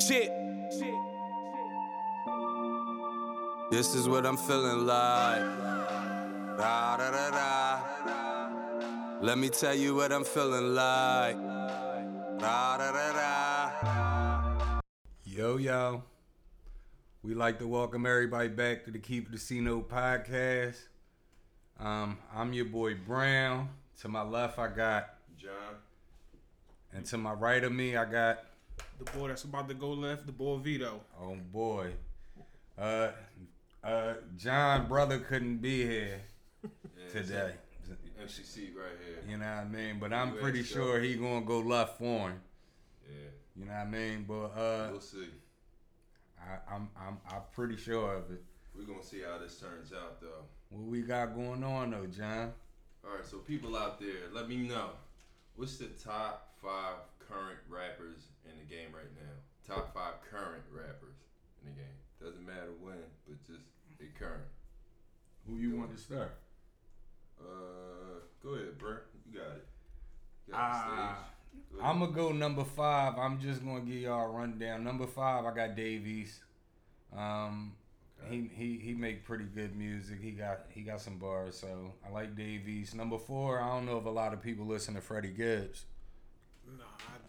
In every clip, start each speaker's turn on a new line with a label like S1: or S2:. S1: Shit. This is what I'm feeling like. Da, da, da, da. Let me tell you what I'm feeling like. Da, da, da, da.
S2: Yo, yo. We like to welcome everybody back to the Keep the Casino podcast. Um, I'm your boy Brown. To my left, I got
S3: John.
S2: And to my right of me, I got
S4: the boy that's about to go left, the boy Vito.
S2: Oh boy, uh, uh, John brother couldn't be here
S3: Yeah,
S2: today.
S3: MCC right here.
S2: You know what I mean? But I'm
S3: You
S2: pretty
S3: ain't
S2: sure
S3: sure.
S2: he gonna go left for him.
S3: Yeah.
S2: You know what I mean? But uh,
S3: We'll see.
S2: I, I'm I'm I'm pretty sure of it.
S3: We're gonna see how this turns out though.
S2: What we got going on though, John?
S3: Alright, so people out there, let me know. What's the top five current rappers in the game right now? Top five current rappers in the game. Doesn't matter when, but just they current.
S2: Who you want to start?
S3: Uh go ahead, Brent. You got it. You got
S2: Ah,
S3: the stage. Go ahead.
S2: I'm gonna go number five. I'm just gonna give y'all a rundown. Number five, I got Davies. Um, he he he make pretty good music. He got he got some bars, so I like Davies. Number four, I don't know if a lot of people listen to Freddie Gibbs.
S4: Nah,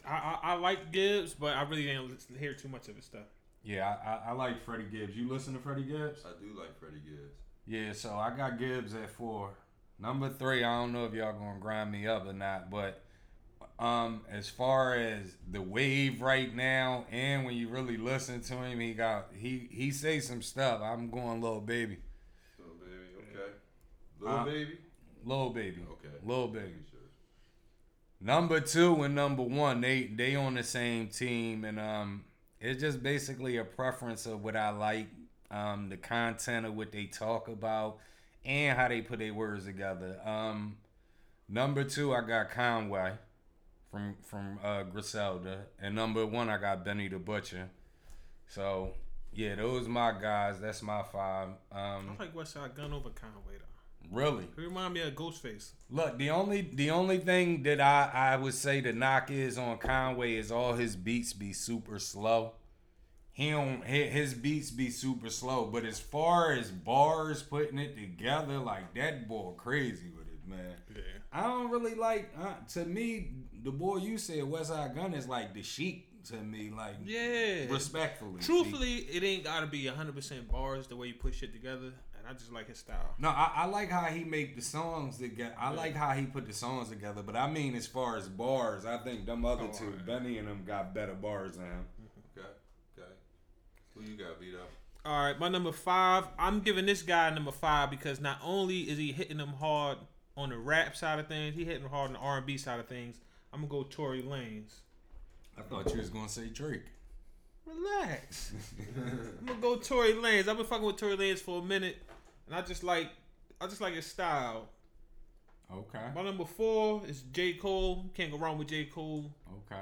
S4: I, I, I like Gibbs, but I really didn't listen, hear too much of his stuff.
S2: Yeah, I, I, I like Freddie Gibbs. You listen to Freddie Gibbs?
S3: I do like Freddie Gibbs.
S2: Yeah, so I got Gibbs at four. Number three, I don't know if y'all gonna grind me up or not, but um, as far as the wave right now, and when you really listen to him, he got he he say some stuff. I'm going little baby,
S3: Little baby, okay. Little
S2: Uh,
S3: baby?
S2: little baby,
S3: Okay.
S2: little baby.
S3: Sure.
S2: Number two and number one, they they on the same team, and um, it's just basically a preference of what I like, um, the content of what they talk about, and how they put their words together. Um, number two, I got Conway from from uh, Griselda, and number one, I got Benny the Butcher. So yeah, those my guys. That's my five. Um,
S4: I like Westside Gun over Conway though.
S2: really.
S4: He remind me of Ghostface.
S2: Look, the only the only thing that I I would say the knock is on Conway is all his beats be super slow. He don't hi- his beats be super slow, but as far as bars putting it together, like that boy crazy with it, man.
S4: Yeah.
S2: I don't really like. Uh, to me, the boy you said Westside Gun is like the sheik to me, like
S4: Yeah.
S2: respectfully.
S4: Truthfully, it ain't gotta be 100% bars the way you put shit together, and I just like his style.
S2: No, I, I like how he make the songs together. I like how he put the songs together, but I mean as far as bars, I think them other two, Benny and them, got better bars than him.
S3: Okay, okay. Who you got beat up?
S4: All right, my number five. I'm giving this guy number five because not only is he hitting them hard on the rap side of things, he hitting them hard on the R&B side of things. I'm gonna go Tory Lanez.
S2: I thought you was gonna say Drake.
S4: Relax. I'm gonna go Tory Lanez. I've been fucking with Tory Lanez for a minute, and I just like, I just like his style.
S2: Okay,
S4: My number four is J Cole. Can't go wrong with J Cole.
S2: okay.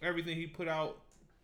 S4: Everything he put out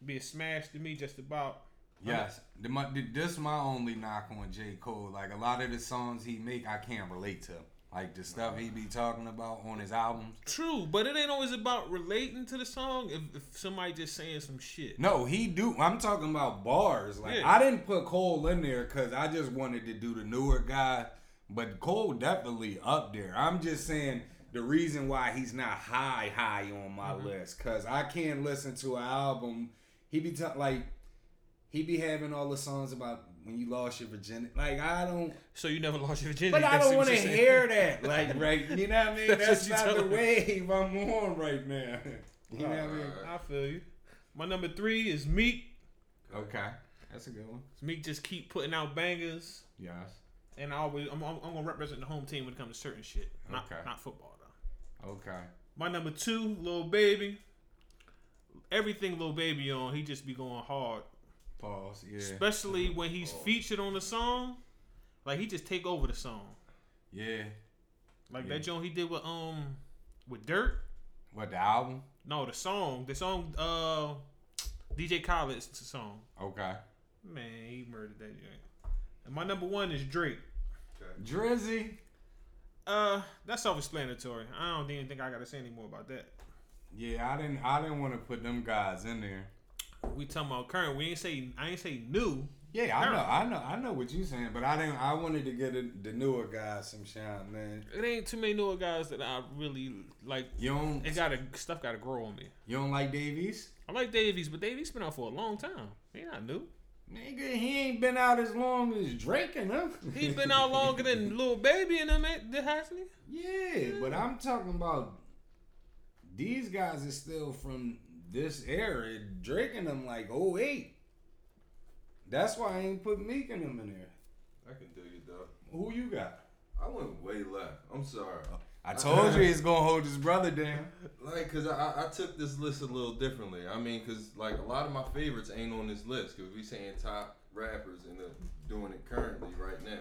S4: be a smash to me, just about.
S2: Yes, the, my, the, this my only knock on J Cole. Like a lot of the songs he make, I can't relate to. Like the stuff he be talking about on his albums.
S4: True, but it ain't always about relating to the song. If, if somebody just saying some shit,
S2: No, he do. I'm talking about bars. Like
S4: Yeah.
S2: I didn't put Cole in there because I just wanted to do the newer guy, but Cole definitely up there. I'm just saying the reason why he's not high high on my
S4: Mm-hmm.
S2: list because I can't listen to an album. He be ta- like he be having all the songs about when you lost your virginity. Like I don't,
S4: so you never lost your virginity.
S2: but I
S4: That's
S2: don't want
S4: what
S2: to
S4: you're saying.
S2: hear that. Like right, you know what I mean?
S4: That's
S2: That's,
S4: what you
S2: not the
S4: telling me.
S2: wave I'm on right now. You know what I mean?
S3: Alright.
S4: I feel you. My number three is Meek.
S2: Okay, that's a good one.
S4: Meek just keep putting out bangers.
S2: Yes.
S4: and I always I'm, I'm, I'm gonna represent the home team when it comes to certain shit. Not
S2: Okay.
S4: not football though.
S2: Okay.
S4: My number two, little baby. Everything little baby on, he just be going hard.
S2: Pause. Yeah. Oh.
S4: Especially when he's featured on the song, like he just take over the song.
S2: yeah.
S4: Like
S2: Yeah.
S4: that joint he did with um with Dirt.
S2: What the album?
S4: No, the song, the song uh DJ Khaled's song.
S2: Okay.
S4: Man, he murdered that joint. And my number one is Drake.
S2: Drizzy.
S4: Uh, that's self-explanatory. I don't even think I gotta say any more about that.
S2: Yeah, I didn't. I didn't want to put them guys in there.
S4: we talking about current. We ain't say I ain't say new.
S2: Yeah, I know, I know, I know what you're saying, but I didn't. I wanted to get a, the newer guys some shine, man.
S4: It ain't too many newer guys that I really like.
S2: You don't,
S4: It gotta stuff gotta grow on me.
S2: you don't like Davies?
S4: I like Davies, but Davies been out for a long time. He not new.
S2: Nigga, he ain't been out as long as Drake and them.
S4: He been out longer than little baby and them, eh, ain't- hasn't he?
S2: Yeah, but I'm talking about these guys is still from this era. Drake and them like 08. That's why I ain't put Meek and them in there.
S3: I can do you though.
S2: Who you got?
S3: I went way left. I'm sorry.
S2: I told you he's gonna hold his brother down.
S3: Like, cause I- I, I took this list a little differently. I mean, cause like a lot of my favorites ain't on this list. Cause we saying top rappers and they're doing it currently right now.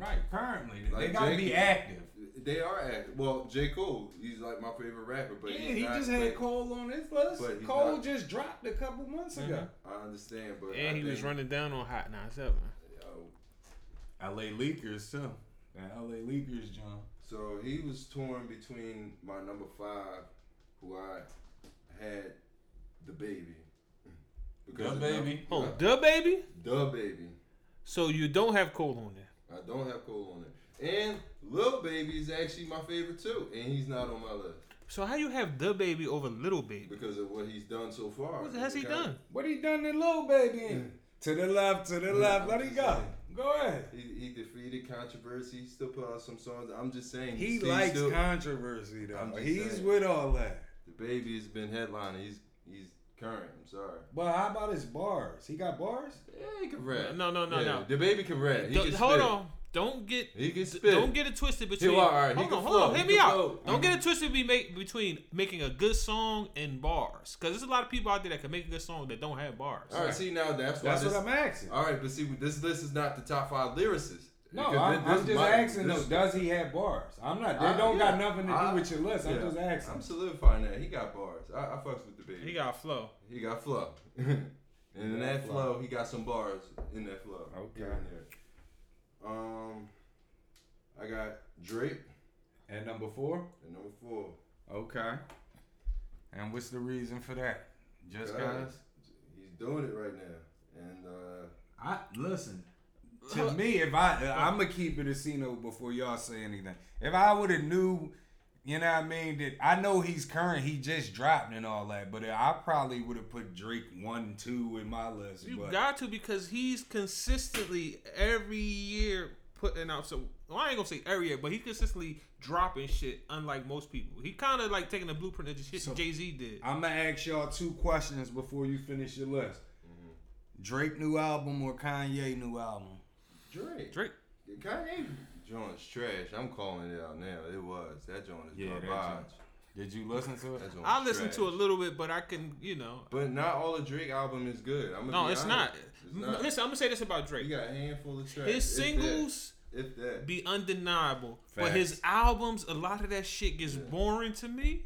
S2: Right, currently they
S3: Like
S2: gotta
S3: Drake-
S2: be active.
S3: They are active. Well, J Cole, he's like my favorite rapper, but
S2: yeah,
S3: he's
S2: he
S3: not-
S2: just
S3: but
S2: had Cole on his list.
S3: but he's
S2: Cole
S3: not-
S2: just dropped a couple months ago.
S3: I understand, but I
S4: And he was
S3: think,
S4: running down on Hot 97.
S3: yo,
S2: L.A. Mm-hmm. Leakers too. That L.A. Leakers, John.
S3: So he was torn between my number five, who I had, the baby.
S2: Da
S3: of
S2: Baby.
S4: Oh,
S3: Num-
S4: duh, baby.
S3: the baby.
S4: So you don't have Cole on there.
S3: I don't have Cole on it, and Lil Baby is actually my favorite too, and he's not on my list
S4: So how you have the baby over little baby?
S3: because of what he's done so far.
S4: What has he
S3: Okay?
S4: done?
S2: What he done to Lil Baby? in? To the left, to the left. Let it go. Go ahead.
S3: He, he defeated controversy. He still put out some songs. I'm just saying
S2: He
S3: he's
S2: likes
S3: still,
S2: controversy though.
S3: I'm just
S2: He's
S3: saying.
S2: with all that.
S3: the baby has been headlining. He's he's current. I'm sorry.
S2: But how about his bars? He got bars?
S3: Yeah, he can rap.
S4: No, no, no,
S3: yeah,
S4: no.
S3: The baby can rap. He
S4: Don't-
S3: can
S4: hold
S3: spit.
S4: on. Don't get
S3: He can spit.
S4: don't get it twisted between.
S3: all right. He
S4: Hold
S3: can
S4: on, hold on.
S3: flow.
S4: Hit
S3: He
S4: me
S3: can
S4: out.
S3: flow.
S4: Don't get it twisted be make, between making a good song and bars, because there's a lot of people out there that can make a good song that don't have bars.
S3: All right, see now that's why.
S2: That's
S3: this,
S2: what I'm asking.
S3: All right, but see, this list is not the top five lyricists.
S2: No, I'm,
S3: Because thi-
S2: I'm
S3: this
S2: just
S3: my-
S2: asking
S3: this-
S2: though, does he have bars? I'm not they
S3: I-
S2: don't
S3: yeah.
S2: got nothing to
S3: I-
S2: do with your list. I'm
S3: yeah.
S2: just asking.
S3: I'm solidifying that he got bars. I, I fucks with the baby.
S4: He got flow.
S3: he got flow, and in
S2: got
S3: that
S2: flow.
S3: flow, he got some bars in that flow.
S2: Okay.
S3: Here and there. Um, I got Drake
S2: At number four?
S3: at number four.
S2: Okay. And what's the reason for that? Just
S3: Guys,
S2: cause?
S3: he's doing it right now, and uh,
S2: I listen. To me, if I I'm gonna keep it a Cino before y'all say anything. If I would have knew, you know what I mean, that I know he's current, he just dropped and all that, but I probably would have put Drake one, two in my list.
S4: You
S2: but
S4: got to because he's consistently every year putting out some. Well, I ain't gonna say every year, but he's consistently dropping shit. Unlike most people, he kind of like taking the blueprint of the shit
S2: So-
S4: Jay Z did.
S2: I'm gonna ask y'all two questions before you finish your list. Drake new album or Kanye new album?
S3: Drake.
S4: Drake.
S3: Kanye joint's trash. I'm calling it out now. It was that joint is
S2: Yeah, that
S3: garbage.
S2: Did you listen to it?
S3: That joint
S4: I
S3: is
S4: listened to a
S3: trash.
S4: little bit, but I can, you know.
S3: But not all the Drake album is good. I'm
S4: No, it's not.
S3: It's not.
S4: Listen, I'm gonna say this about
S3: You
S4: Drake.
S3: got a handful of tracks.
S4: His
S3: if that-
S4: singles
S3: if that.
S4: be undeniable, but his albums, a lot of that shit gets boring to me.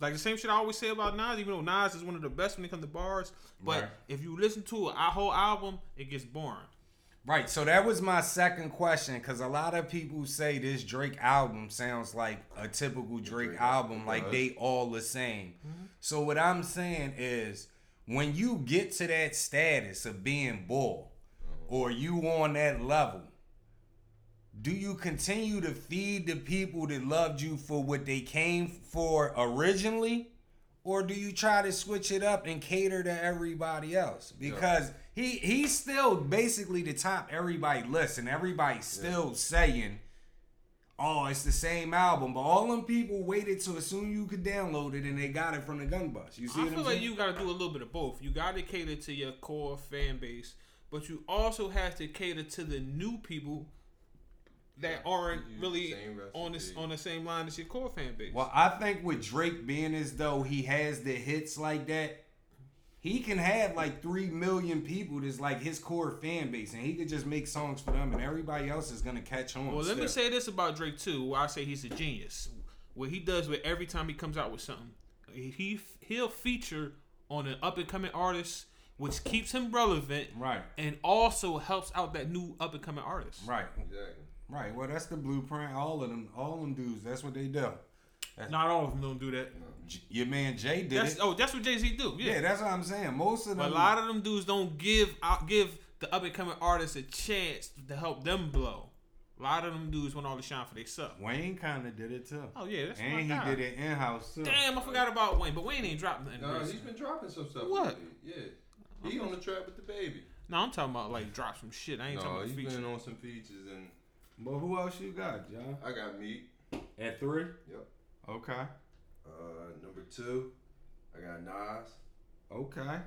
S4: Like the same shit I always say about Nas, even though Nas is one of the best when it comes to bars. But
S2: Right.
S4: if you listen to a whole album, it gets boring.
S2: Right, so that was my second question because a lot of people say this Drake album sounds like a typical Drake album, like
S3: does.
S2: they all the same. So, what I'm saying is, when you get to that status of being bull or you on that level, do you continue to feed the people that loved you for what they came for originally? or do you try to switch it up and cater to everybody else? Because he he's still basically the top everybody list, and everybody's still saying, "Oh, it's the same album." But all them people waited till as soon you could download it, and they got it from the gun bus. You see
S4: I
S2: what
S4: feel
S2: I'm
S4: like
S2: saying?
S4: you gotta do a little bit of both. You gotta cater to your core fan base, but you also have to cater to the new people that aren't
S3: use the
S4: really
S3: same
S4: on this
S3: recipe.
S4: on the same line as your core fan base.
S2: well, I think with Drake being as though he has the hits like that. He can have like three million people that's like his core fan base, and he could just make songs for them, and everybody else is gonna catch on.
S4: Well, let me
S2: still.
S4: say this about Drake too. Why I say he's a genius. What he does with every time he comes out with something, he he'll feature on an up and coming artist, which keeps him relevant,
S2: right,
S4: and also helps out that new up and coming artist.
S2: right.
S3: Exactly.
S2: Right. Well, that's the blueprint. All of them, all them dudes. That's what they do.
S4: Not all of them don't do that.
S2: J- your man Jay did
S4: That's
S2: it.
S4: oh, that's what Jay Z do.
S2: yeah.
S4: Yeah,
S2: that's what I'm saying. Most of them,
S4: but a lot of them dudes don't give out give the up and coming artists a chance to help them blow. A lot of them dudes want all the shine for themselves.
S2: Wayne kind of did it too,
S4: Oh yeah, that's my
S2: and he
S4: guy.
S2: did it in house too.
S4: Damn, I forgot about Wayne, but Wayne ain't dropped nothing.
S3: No, he's
S4: recent.
S3: been dropping some stuff.
S4: What?
S3: lately. Yeah. He on the track with the baby.
S4: No, I'm talking about like drop some shit. I ain't talking
S3: No,
S4: about
S3: he's
S4: features.
S3: been on some features and
S2: But who else you got, John?
S3: I got meat.
S2: At three?
S3: Yep.
S2: Okay.
S3: Uh, number two, I got Nas.
S2: Okay.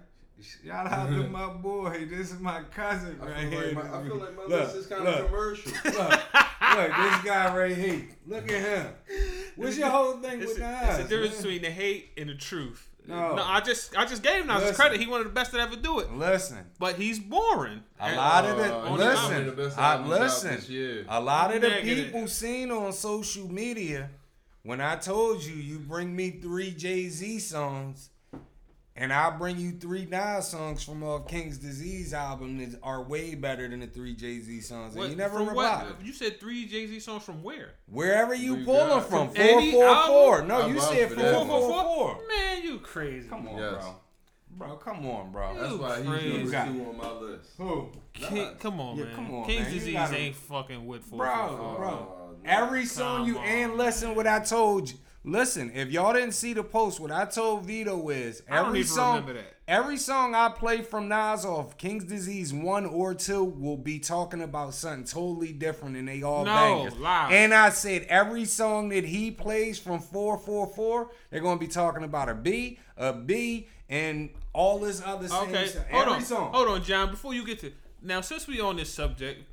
S2: Shout out to my boy. This is my cousin
S3: I,
S2: right
S3: feel,
S2: here.
S3: like my, I feel like my
S2: Look,
S3: list is kind of
S2: look,
S3: commercial.
S2: Look, look, this guy right here. Look at him. What's your whole thing
S4: It's,
S2: with
S4: a,
S2: Nas?
S4: it's the difference
S2: man?
S4: between the hate and the truth.
S2: No.
S4: I just I just gave him Nas his
S2: Listen.
S4: credit. He one of the best to ever do it.
S2: Listen,
S4: But he's boring.
S2: a
S4: And-
S2: lot of the
S3: Uh,
S4: on the
S2: listen,
S3: album, the best
S2: I,
S3: albums out this
S2: listen.
S3: year.
S2: A lot of the
S4: Negative.
S2: people seen on social media. When I told you, you bring me three Jay Z songs, and I'll bring you three Nas songs from off King's Disease album that are way better than the three Jay Z songs.
S4: What-
S2: and you never
S4: from
S2: replied.
S4: what? You said three Jay Z songs from where?
S2: Wherever you
S3: We
S2: pull them
S3: got-
S2: from,
S4: From any
S2: 444.
S4: album?
S2: No,
S3: I
S2: you
S3: vouch
S2: said
S3: for that one.
S2: 444.
S4: Man, you crazy.
S2: Come on,
S3: Yes.
S2: bro. Bro, come on, bro.
S3: That's
S4: You
S3: why he's
S4: crazy.
S3: number
S2: You
S3: two
S2: got-
S3: on my list.
S2: Who?
S4: King,
S3: Nah.
S4: come on,
S2: Yeah,
S4: man.
S2: come on,
S4: King's
S2: man. You
S4: disease
S2: gotta-
S4: ain't fucking with four.
S2: Bro,
S3: Oh,
S2: bro.
S3: no.
S2: Every song you
S4: Come
S2: and
S4: on,
S2: listen what I told you. Listen, if y'all didn't see the post, what I told Vito is
S4: I don't
S2: every
S4: even
S2: song
S4: remember that.
S2: every song I play from Nas off King's Disease one or two will be talking about something totally different and they all
S4: No,
S2: Oh, bangers.
S4: lie.
S2: And I said every song that he plays from 444, they're gonna be talking about a B, a B, and all this other same
S4: Okay,
S2: stuff.
S4: hold
S2: every
S4: on,
S2: song.
S4: hold on, John. Before you get to now, since we on this subject,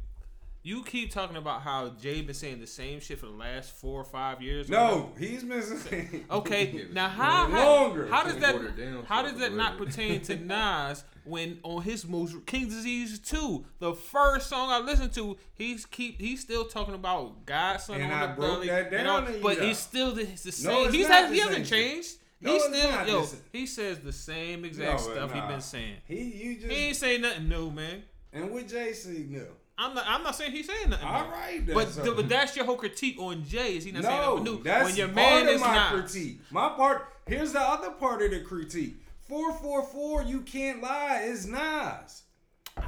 S4: you keep talking about how Jay been saying the same shit for the last four or five years. or whatever.
S2: No, he's missing.
S4: Okay,
S3: Yeah,
S4: now
S3: it's
S4: how
S2: way
S4: how,
S2: longer.
S4: how does
S3: It's
S4: that
S3: watered down,
S4: how
S3: so
S4: does
S3: it's
S4: that not
S3: way-
S4: pertain to Nas when on his most King Disease two the first song I listened to he's keep he's still talking about Godson
S2: And
S4: on
S2: I
S4: the
S2: broke
S4: belly
S2: that
S4: and all-
S2: down to you,
S4: but
S2: though.
S4: he's still the, it's the
S2: No,
S4: same
S2: it's
S4: he's
S2: not
S4: not,
S2: the
S4: he hasn't
S2: same shit.
S4: changed
S2: No,
S4: he's
S2: it's
S4: still
S2: not
S4: yo
S2: the same.
S4: he says the same exact
S2: No,
S4: stuff
S2: nah.
S4: he been saying
S2: He, you just
S4: he ain't saying nothing new man
S2: and with JC knew.
S4: I'm not I'm not saying he's saying nothing
S2: All
S4: new.
S2: right, then,
S4: but
S2: so-
S4: th- but that's your whole critique on Jay is he not saying
S2: No,
S4: nothing new
S2: that's
S4: when your
S2: part
S4: man
S2: of
S4: is
S2: my
S4: not
S2: critique. My part here's the other part of the critique. Four four four, you can't lie. Is Nas.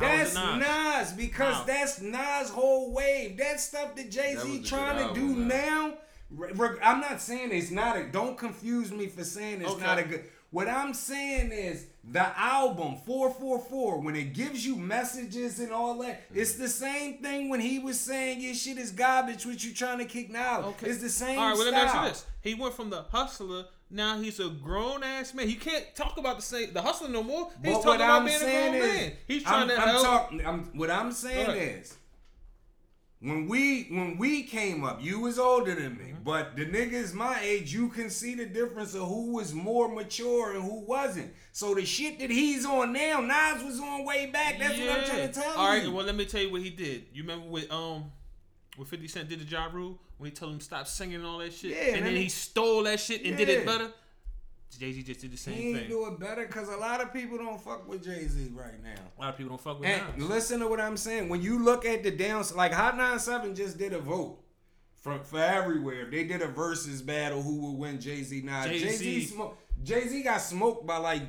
S2: That's
S4: is it
S2: Nas,
S4: Nas?
S2: because
S4: How?
S2: that's Nas' whole wave. That stuff that Jay
S3: That was a
S2: Z
S3: good
S2: trying to do
S3: album, though.
S2: now. re- re- I'm not saying it's not a. Don't confuse me for saying it's
S4: Okay.
S2: not a good. What I'm saying is the album 444 when it gives you messages and all that. It's
S3: Mm-hmm.
S2: the same thing when he was saying your shit is garbage, what you trying to kick now.
S4: Okay.
S2: It's the same.
S4: All right, well,
S2: style.
S4: let me ask you this. He went from the hustler, now he's a grown ass man. He can't talk about the same the hustler no more. He's
S2: But
S4: talking
S2: what
S4: about
S2: I'm
S4: being a
S2: saying
S4: grown
S2: is,
S4: man. He's trying
S2: I'm,
S4: to
S2: I'm
S4: help.
S2: talking- I'm- what I'm saying
S4: Look.
S2: is, when we when we came up, you was older than me,
S4: Mm-hmm.
S2: but the niggas my age, you can see the difference of who was more mature and who wasn't. So the shit that he's on now, Nas was on way back. That's what I'm trying to tell
S4: All right,
S2: you.
S4: well, let me tell you what he did. You remember with um. When 50 Cent did the job rule, when he told him stop singing and all that shit,
S2: Yeah,
S4: and
S2: and
S4: then
S2: then-
S4: he stole that shit and did
S2: Yeah.
S4: it better, Jay Z just did the
S2: he
S4: same
S2: ain't
S4: thing.
S2: do it better because a lot of people don't fuck with Jay Z right now.
S4: A lot of people don't fuck with
S2: And
S4: Nas.
S2: listen to what I'm saying. When you look at the downs, like Hot 97 just did a vote for, for everywhere. They did a versus battle who would win Jay Z. Now Jay Z
S4: Jay-Z.
S2: smoke. Jay Z got smoked by like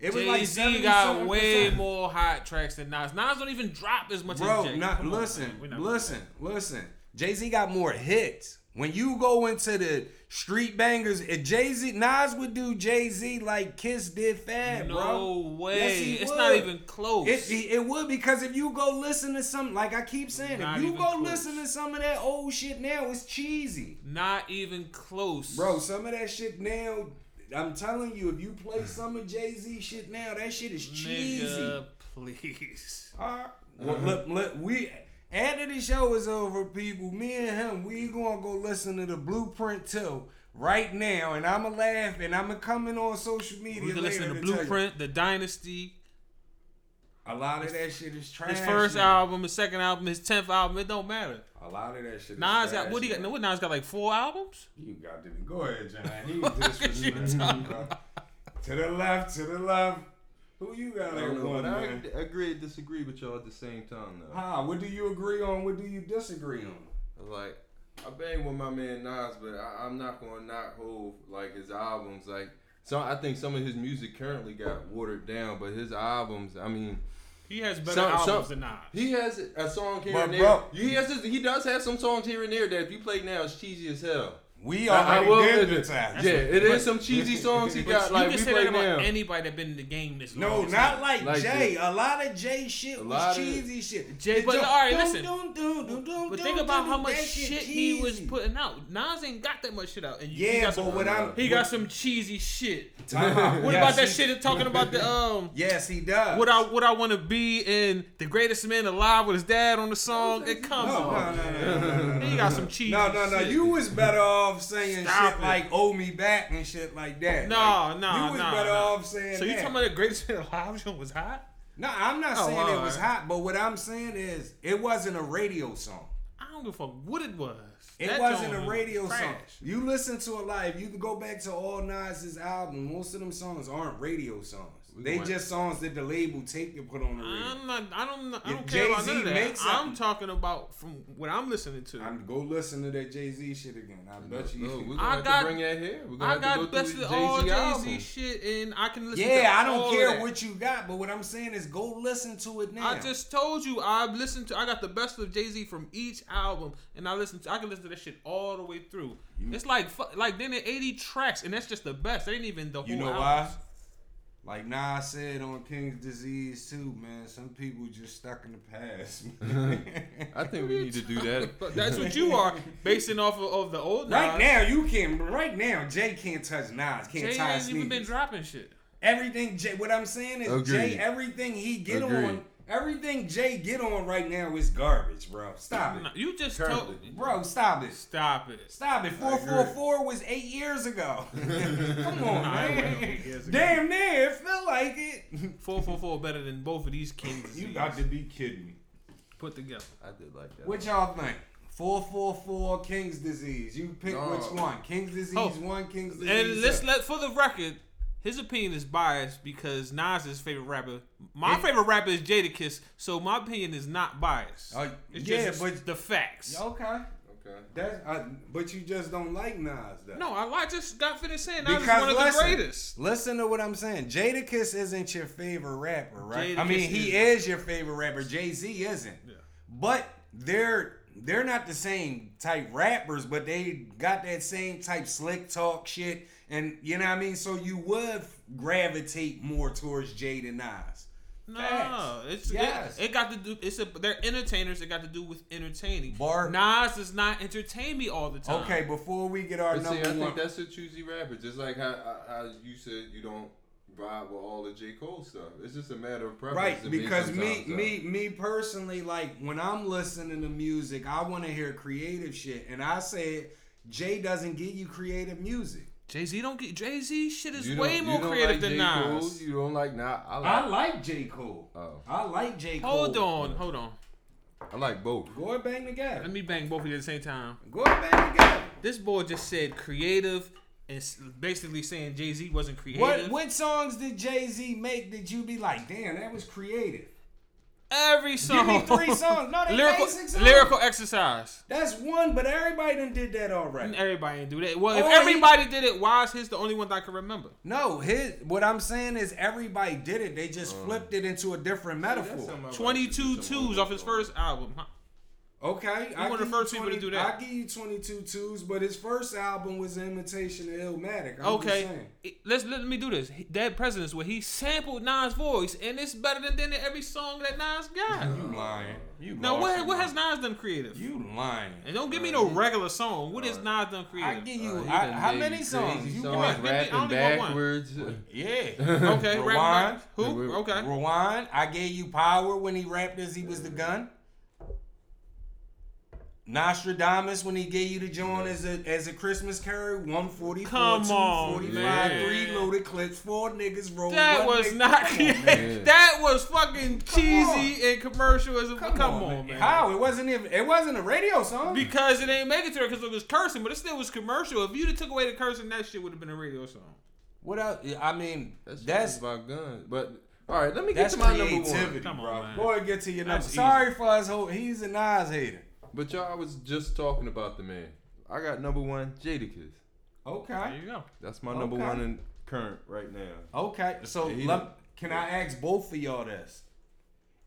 S2: it was
S4: Jay
S2: like
S4: Z
S2: 70
S4: got way more hot tracks than Nas. Nas don't even drop as much as
S2: Bro,
S4: Jay.
S2: not,
S4: Come on,
S2: listen,
S4: man. We're not-
S2: listen, listen. Jay Z got more hits. When you go into the street bangers, if Jay Z Nas would do Jay Z like Kiss did Fab,
S4: No
S2: bro.
S4: way.
S2: Yes, he
S4: it's
S2: would.
S4: not even close.
S2: It, it would because if you go listen to some, like I keep saying,
S4: Not
S2: if you
S4: even
S2: go
S4: close.
S2: listen to some of that old shit now, it's cheesy,
S4: not even close.
S2: bro. Some of that shit now, I'm telling you, if you play some of Jay Z shit now, that shit is cheesy.
S4: Nigga, Uh-huh. please.
S2: Alright. Well, let, let- we after the show is over, people. Me and him, we gonna go listen to the Blueprint too right now, and I'ma laugh and I'ma come in on social media.
S4: We can
S2: later
S4: listen to
S2: to tell you.
S4: Blueprint, The Dynasty,
S2: A lot of that shit is trash.
S4: his first
S2: now.
S4: album, his second album, his tenth album. It don't matter.
S2: A lot of that shit. is
S4: Nas
S2: trash
S4: got what he got?
S2: now.
S4: No, what Nas got like four albums.
S2: You got to go ahead, John. He
S4: is you
S2: disrespecting
S4: talking
S2: me, bro. To the left, to the left. Who you
S3: I
S2: got at
S3: don't know,
S2: one,
S3: but I
S2: man?
S3: agree and disagree with y'all at the same time though.
S2: Ha, what do you agree on? What do you disagree on?
S3: Like I bang with my man Nas, but I, I'm not gonna knock hold like his albums. Like so, I think some of his music currently got watered down, but his albums. I mean,
S4: He has better
S3: Some-
S4: albums
S3: some-
S4: than Nas.
S3: he has a song here
S2: But
S3: and there.
S2: bro-
S3: he has his, he does have some songs here and there that if you play now, it's cheesy as hell.
S2: We
S3: I- I
S2: already
S3: will
S2: did
S3: admit
S2: the time.
S3: that. Yeah, it is some cheesy songs he
S4: But
S3: got.
S4: you
S3: Like
S4: can
S3: we
S4: say
S3: play
S4: that about
S3: now.
S4: anybody that been in the game this long.
S2: No,
S4: as
S2: not
S4: him.
S2: like,
S3: Like
S2: Jay. A lot of Jay shit
S3: lot
S2: was
S3: of-
S2: cheesy shit.
S4: Jay-
S2: The
S4: but
S2: jump-
S4: all right,
S2: dum,
S4: listen.
S2: dum, dum, dum, dum,
S4: But
S2: dum,
S4: think
S2: dum,
S4: about how
S2: dum,
S4: much
S2: that
S4: shit he was
S2: cheesy.
S4: putting out. Nas ain't got that much shit out, and he
S2: Yeah,
S4: got
S2: but
S4: some,
S2: what I'm
S4: he got some cheesy shit.
S2: Time out.
S4: What
S2: Yes,
S4: about that
S2: he-
S4: shit? Talking about the um,
S2: Yes, he does.
S4: what I what I want to be in the greatest man alive with his dad on the song. It comes
S2: No,
S4: on.
S2: no, no, no, no, no, no.
S4: He got some cheesy.
S2: No, no, no.
S4: shit.
S2: You was better off saying
S4: Stop
S2: shit
S4: it.
S2: like "owe me back" and shit like that.
S4: No,
S2: Like,
S4: no,
S2: You was
S4: no,
S2: better
S4: no.
S2: off saying.
S4: So you
S2: that.
S4: talking about the greatest man alive? Joint was hot.
S2: No, I'm not
S4: Oh,
S2: saying
S4: all
S2: it was
S4: right.
S2: hot, but what I'm saying is it wasn't a radio song.
S4: I don't give a fuck what it was.
S2: It
S4: That
S2: wasn't
S4: joint
S2: a
S4: was
S2: radio
S4: trash.
S2: song. You listen to a lot. If you can go back to all Nas's album, most of them songs aren't radio songs. They
S3: going-
S2: just songs that the label take and put on the radio.
S4: I'm not. I don't. I
S2: If
S4: don't care about
S2: Jay-Z
S4: none of that.
S2: makes
S4: I'm
S2: something-
S4: talking about from what I'm listening to.
S2: I'm go listen to that Jay Z shit again. I bet you.
S3: No, oh, we're gonna
S4: I
S3: have
S4: got-
S3: to bring that here. We're gonna
S4: I
S3: have to
S4: got
S3: go
S4: best
S3: through
S4: of
S3: the
S4: all
S3: Jay-Z
S4: Jay
S3: album.
S4: Z shit, and I can listen. to
S2: yeah, I don't
S4: all of
S2: care
S4: that.
S2: what you got, but what I'm saying is go listen to it now.
S4: I just told you I've listened to. I got the best of Jay Z from each album, and I listen. To, I can listen to that shit all the way through. it's like fu- like then the eighty tracks, and that's just the best. That ain't even the whole.
S2: You know
S4: album.
S2: why? Like Nas said on King's Disease too, man. Some people just stuck in the past.
S3: I think we need to do that.
S4: But that's what you are basing off of, of the old.
S2: right
S4: Nas.
S2: now you can. Right now Jay can't touch Nas. Can't
S4: Jay
S2: tie
S4: ain't even been
S2: sneakers.
S4: dropping shit.
S2: everything Jay. What I'm saying is Jay.
S3: Agreed.
S2: Everything he get
S3: Agreed.
S2: on. Everything Jay get on right now is garbage, bro. Stop
S4: No,
S2: it,
S4: You just told.
S3: Currently.
S2: bro. Stop it.
S4: Stop it.
S2: Stop it. Four
S3: agree.
S2: four four was eight years ago. Come on,
S4: Nah, it wasn't eight
S2: man.
S4: years ago.
S2: Damn near it felt like it.
S4: Four four four better than both of these kings.
S2: you got to be kidding me.
S4: put together.
S3: I did like that.
S2: What y'all think? Four four four King's disease. You pick
S3: No.
S2: which one? King's disease
S4: Oh.
S2: one. King's disease.
S4: And let's
S2: two.
S4: let for the record, his opinion is biased because Nas is his favorite rapper. My favorite rapper is Jadakiss, so my opinion is not biased.
S2: Oh,
S4: it's
S2: yeah,
S4: just
S2: but-
S4: the facts.
S2: okay.
S3: okay.
S2: That's I, but you just don't like Nas though.
S4: No, I, I just got finished saying Nas is one of the greatest.
S2: Listen to what I'm saying. Jadakiss isn't your favorite rapper, right? I
S4: Jadakiss
S2: mean, he is your favorite rapper. Jay Z isn't. But they're they're not the same type rappers, but they got that same type slick talk shit, and you know what I mean. So you would gravitate more towards Jay than Nas.
S4: No,
S2: Facts.
S4: it's it-
S2: Yes.
S4: it, got to do. It's a they're entertainers. It got to do with entertaining.
S2: Bar-
S4: Nas does not entertain me all the time.
S2: Okay, before we get our
S3: But see, I
S2: number
S3: think
S2: one,
S3: that's a choosy rapper. Just like how, how- how you said you don't vibe with all the J. Cole stuff. It's just a matter of preference.
S2: right?
S3: to me
S2: Because me,
S3: sometimes, though.
S2: me, me personally, like when I'm listening to music, I want to hear creative shit, and I said Jay doesn't give you creative music.
S4: Jay Z don't get Jay Z shit is
S3: You don't-
S4: way
S3: you
S4: more
S3: don't
S4: creative
S3: like
S4: than
S3: J.
S4: Nas.
S3: Cole, you don't like Nas. I
S2: I
S3: like,
S2: like J Cole.
S3: Oh.
S2: I like J Cole.
S4: Hold on, hold on.
S3: I like both.
S2: Go and bang
S4: Let
S2: together.
S4: me bang both of you at the same time.
S2: Go and bang together.
S4: This boy just said creative and s- basically saying Jay Z wasn't creative.
S2: What what songs did Jay Z make that you be like, damn, that was creative?
S4: Every
S2: Give
S4: song.
S2: me three songs. No, they
S4: lyrical,
S2: basic songs.
S4: lyrical exercise.
S2: That's one, but everybody done did that already.
S4: Everybody didn't do that. Well, if
S2: Or he-
S4: everybody did it, why is his the only one that I can remember?
S2: No, his what I'm saying is everybody did it. They
S3: Mm.
S2: just flipped it into a different metaphor.
S4: Twenty-two twos off his
S3: Uh,
S4: first album. Huh?
S2: Okay, I
S4: one of the
S2: give
S4: first
S2: you
S4: people to do that.
S2: I give you 22 twos, but his first album was an imitation of Illmatic. I'm Just
S4: Okay,
S2: saying.
S4: it- let's let me do this. He- Dead Presidents, where he sampled Nas' voice, and it's better than, than every song that Nas got.
S2: You lying? You
S4: now,
S2: lost
S4: what
S2: your
S4: what has
S2: mind.
S4: Nas done creative?
S2: you lying?
S4: and don't give me no regular song. What has Nas done
S2: I
S4: creative?
S2: give you.
S3: Uh, he
S2: I,
S3: done
S2: how
S3: made
S2: many
S3: crazy
S2: songs? You
S3: songs,
S4: Give me- give me- I
S3: rapping
S4: only want one.
S3: backwards.
S2: Yeah.
S4: Okay,
S2: Rewind.
S4: Rewind. Who?
S3: Rewind.
S4: Okay.
S2: Rewind. I gave you power when he rapped as he was the gun. Nostradamus when he gave you the joint as a as a Christmas carol. 144,
S4: Come on,
S2: 245,
S4: man.
S2: three loaded clips, four niggas roll.
S4: That
S2: one
S4: was
S2: nigga-
S4: not
S2: Come on, man.
S4: creative. That was fucking cheesy and commercial as a
S2: Come, on, man.
S4: man.
S2: How? It wasn't even it wasn't a radio song.
S4: Because it ain't make it to her because it was cursing, but it still was commercial. If you'd have took away the cursing, that shit would have been a radio song.
S2: what else? I mean,
S3: That's,
S2: that's
S3: that's my gun. But all right, let me get
S2: That's
S3: to my number one.
S2: creativity,
S4: Come on,
S2: bro.
S4: man.
S2: Go and get to your number.
S4: That's
S2: Sorry for us. Ho- he's an Nas hater.
S3: But y'all was just talking about the man. I got number one, Jadakiss.
S4: There
S2: Okay.
S4: you go.
S3: That's my number
S2: Okay.
S3: one in current right now.
S2: Okay. So
S3: Yeah, he
S2: lem-
S3: done-
S2: can I ask both of y'all this?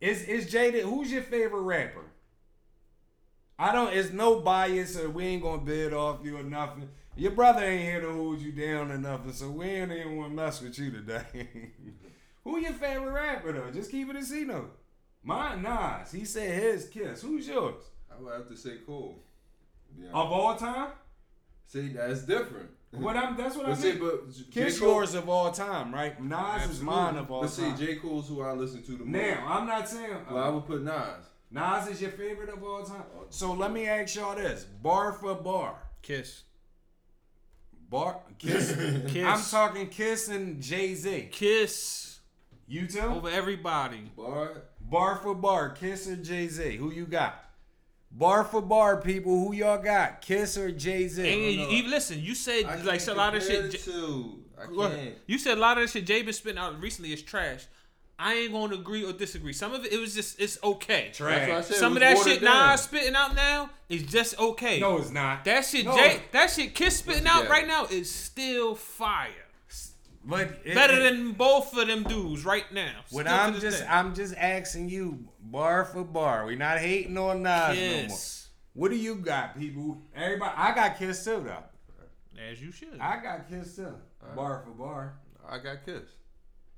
S2: Is is Jada who's your favorite rapper? I don't it's no bias or we ain't gonna bid off you or nothing. Your brother ain't here to hold you down or nothing, so we ain't even wanna mess with you today. Who your favorite rapper though? Just keep it a C note. Mine Nas. He said his kiss. Who's yours?
S3: I would have to say Cole. to be
S4: Oh.
S3: honest.
S2: Of all time?
S3: See, that's different.
S2: What I'm that's what
S3: But
S2: I
S3: see,
S2: mean.
S3: but J-
S2: Kiss
S3: J. Cole-
S2: yours of all time, right? Nas is mine of all
S3: But see,
S2: time.
S3: J. Cole's who I listen to the most.
S2: now, I'm not saying
S3: well, I would put Nas.
S2: Nas is your favorite of all time. So let me ask y'all this: bar for bar,
S4: Kiss.
S2: bar kiss.
S4: Kiss.
S2: I'm talking Kiss and Jay Z.
S4: Kiss
S2: You too?
S4: over everybody.
S3: Bar,
S2: Bar for bar, Kiss or Jay Z. Who you got? Bar for bar, people. Who y'all got? Kiss or Jay
S4: And
S2: Z?
S4: you, even listen, you said
S3: I
S4: like
S3: can't
S4: a lot of
S3: compare
S4: shit.
S3: the
S4: J-
S3: two. I
S4: Go ahead.
S3: can't.
S4: You said a lot of the shit Jay been spitting out recently is trash. I ain't gonna agree or disagree. Some of it, it was just it's okay.
S3: That's what I
S2: Trash.
S3: said, it
S4: Some
S3: was
S4: of that
S3: watered
S4: shit
S3: down.
S4: Nas spitting out now is just okay.
S2: No, it's not.
S4: that shit
S2: No.
S4: Jay, that shit Kiss spitting out
S3: Yeah.
S4: right now is still fire.
S2: But it-
S4: Better
S2: it-
S4: than both of them dudes right now.
S2: What
S4: Still to
S2: I'm
S4: this
S2: just
S4: day.
S2: I'm just asking you, bar for bar. We're not hating on Nas no more.
S4: Kiss.
S2: What do you got, people? Everybody, I got Kiss too though.
S4: As you should.
S2: I got Kiss too. Bar for bar.
S3: I got Kiss.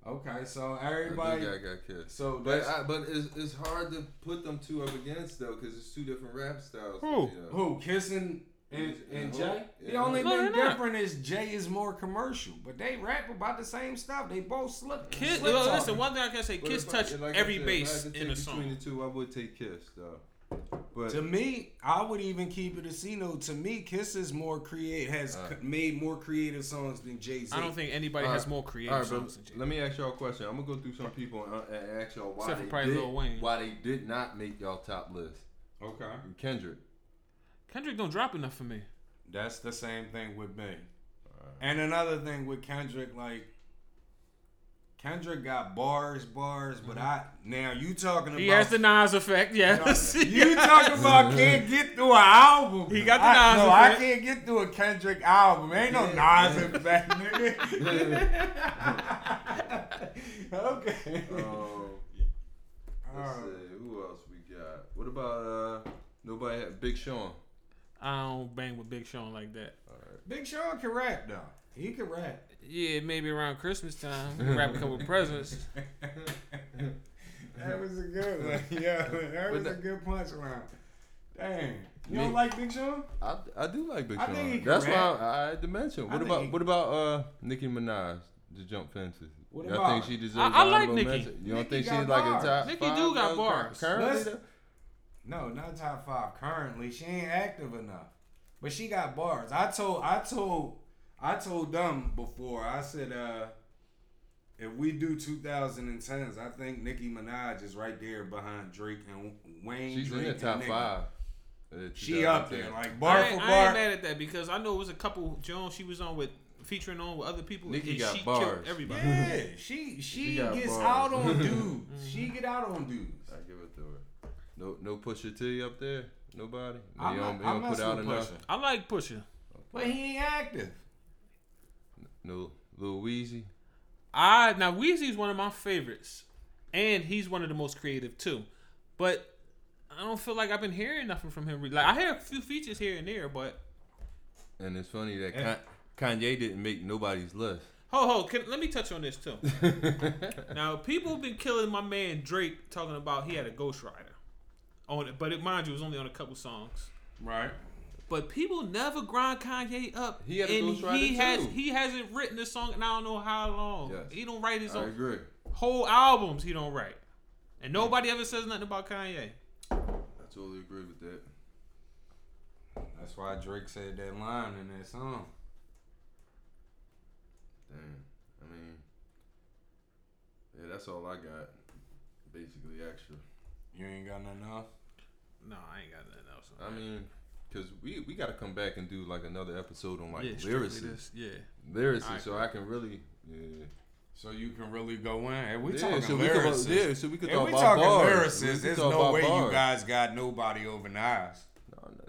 S2: Okay, so
S3: I do
S2: everybody.
S3: got, got Kiss.
S2: So
S3: But
S2: that's
S3: I, but it's, it's hard to put them two up against though because it's two different rap styles.
S4: Who?
S3: You know.
S2: who kissing and, and
S3: Yeah.
S2: Jay. The
S3: Yeah.
S2: only
S4: No,
S2: thing
S4: they're not.
S2: different is Jay is more commercial, but they rap about the same stuff. They both slip.
S4: Kiss.
S2: slip
S4: Well,
S2: talking.
S4: listen, one thing I can say,
S3: But
S4: Kiss
S3: if I-
S4: touched
S3: like I
S4: every
S3: said, if I had
S4: bass
S3: to
S4: in
S3: take
S4: a
S3: Between
S4: song.
S3: the two, I would take Kiss though. But
S2: To me, I would even keep it a C note. To me, Kiss is more create has
S3: Uh.
S2: c- made more creative songs than Jay Z.
S4: I don't think anybody
S3: All
S4: has
S3: right.
S4: more
S3: All
S4: creative
S3: right,
S4: songs than
S3: but
S4: Jay.
S3: let me ask y'all a question. I'm gonna go through some people and, uh, and ask y'all why
S4: Except for
S3: they
S4: probably
S3: did,
S4: Lil Wayne.
S3: why they did not make y'all top list.
S2: Okay,
S3: And Kendrick,
S4: Kendrick don't drop enough for me.
S2: that's the same thing with me. And another thing with Kendrick, like Kendrick got bars, bars, but I now you talking about
S4: Mm-hmm. He has the Nas effect, yes.
S2: You talking about can't get through an album?
S4: He got the
S2: I,
S4: Nas
S2: No, I
S4: effect.
S2: can't get through a Kendrick album. Ain't no
S3: Yeah.
S2: Nas effect, nigga. okay.
S3: um, let's
S2: Um,
S3: see, who else we got? What about uh, nobody? Had, Big Sean.
S4: I don't bang with Big Sean like that.
S2: Big Sean can rap though. He can rap.
S4: Yeah, maybe around Christmas time, we wrap a couple presents.
S2: that was a good one. Yeah, that was a good punchline. Dang. You
S3: Me-
S2: don't like Big Sean?
S3: I, I do like Big
S2: I
S3: Sean.
S2: think he can
S3: That's
S2: rap.
S3: why I, I had to mention. What
S2: think
S3: about
S2: he-
S3: what about uh Nicki Minaj? The jump fences.
S2: What
S3: Y'all
S2: about
S3: think
S2: her?
S3: she deserves?
S4: I- I like
S3: honorable
S4: Nicki.
S3: mention? You don't
S2: Nicki
S3: think she's
S2: got
S3: like in
S2: bars.
S3: top
S4: Nicki
S3: five?
S4: do got
S3: though,
S4: bars.
S3: Currently,
S2: Listen. No, not top five currently. She ain't active enough, but she got bars. I told, I told, I told them before. I said, uh, if we do 2010s, I think Nicki Minaj is right there behind Drake and Wayne.
S3: she's
S2: Drake
S3: in the
S2: and
S3: top
S2: Nicki.
S3: five. Uh,
S2: She up
S3: 2010.
S2: there, like
S4: I,
S2: bar for
S4: ain't, I ain't
S2: bar.
S4: mad at that because I know it was a couple Jones she was on with featuring on with other people.
S3: Nicki
S4: and
S3: got
S4: she
S3: bars.
S4: killed everybody.
S2: Yeah, she she,
S3: got
S2: gets out
S3: bars.
S2: on dudes. she
S4: Mm-hmm.
S2: get out on dudes.
S3: I give it to her. No, no Pusha T up there. Nobody.
S2: I'm
S3: They
S2: not-
S3: don't, they
S2: I'm
S3: don't put
S2: messing
S3: out
S2: with
S3: enough.
S2: Pusha.
S4: I like Pusha.
S2: But he ain't active.
S3: No Lil Weezy.
S4: I now Weezy's one of my favorites, and he's one of the most creative too. But I don't feel like I've been hearing nothing from him. Like I hear a few features here and there, but
S3: And it's funny that
S2: Yeah.
S3: Kan- Kanye didn't make nobody's list.
S4: ho ho, can, let me touch on this too. now people have been killing my man Drake talking about he had a ghostwriter on it, but it, mind you, it was only on a couple songs.
S2: Right.
S4: But people never grind Kanye up.
S3: He had a ghostwriter,
S4: he has
S3: too.
S4: he hasn't written a song in I don't know how long.
S3: Yes.
S4: He don't write his
S3: I
S4: own
S3: agree.
S4: whole albums. He don't write, and nobody ever says nothing about Kanye.
S3: I totally agree with that.
S2: That's why Drake said that line in that song.
S3: Damn. I mean, yeah, that's all I got. Basically, extra.
S2: You ain't got nothing else.
S4: No, I ain't got nothing else.
S3: I mean, cause we we gotta come back and do like another episode on like
S4: yeah, strictly
S3: lyricism,
S4: this, yeah.
S3: lyricism,
S4: Alright.
S3: so I can really yeah.
S2: So you can really go in. And we
S3: yeah,
S2: talking
S3: so we could-
S2: lyricists.
S3: yeah, so we could
S2: if
S3: talk
S2: we
S3: about
S2: talking
S3: bars.
S2: lyricists,
S3: We could
S2: there's
S3: talk
S2: no
S3: about
S2: way you
S3: bars.
S2: guys got nobody over Nas.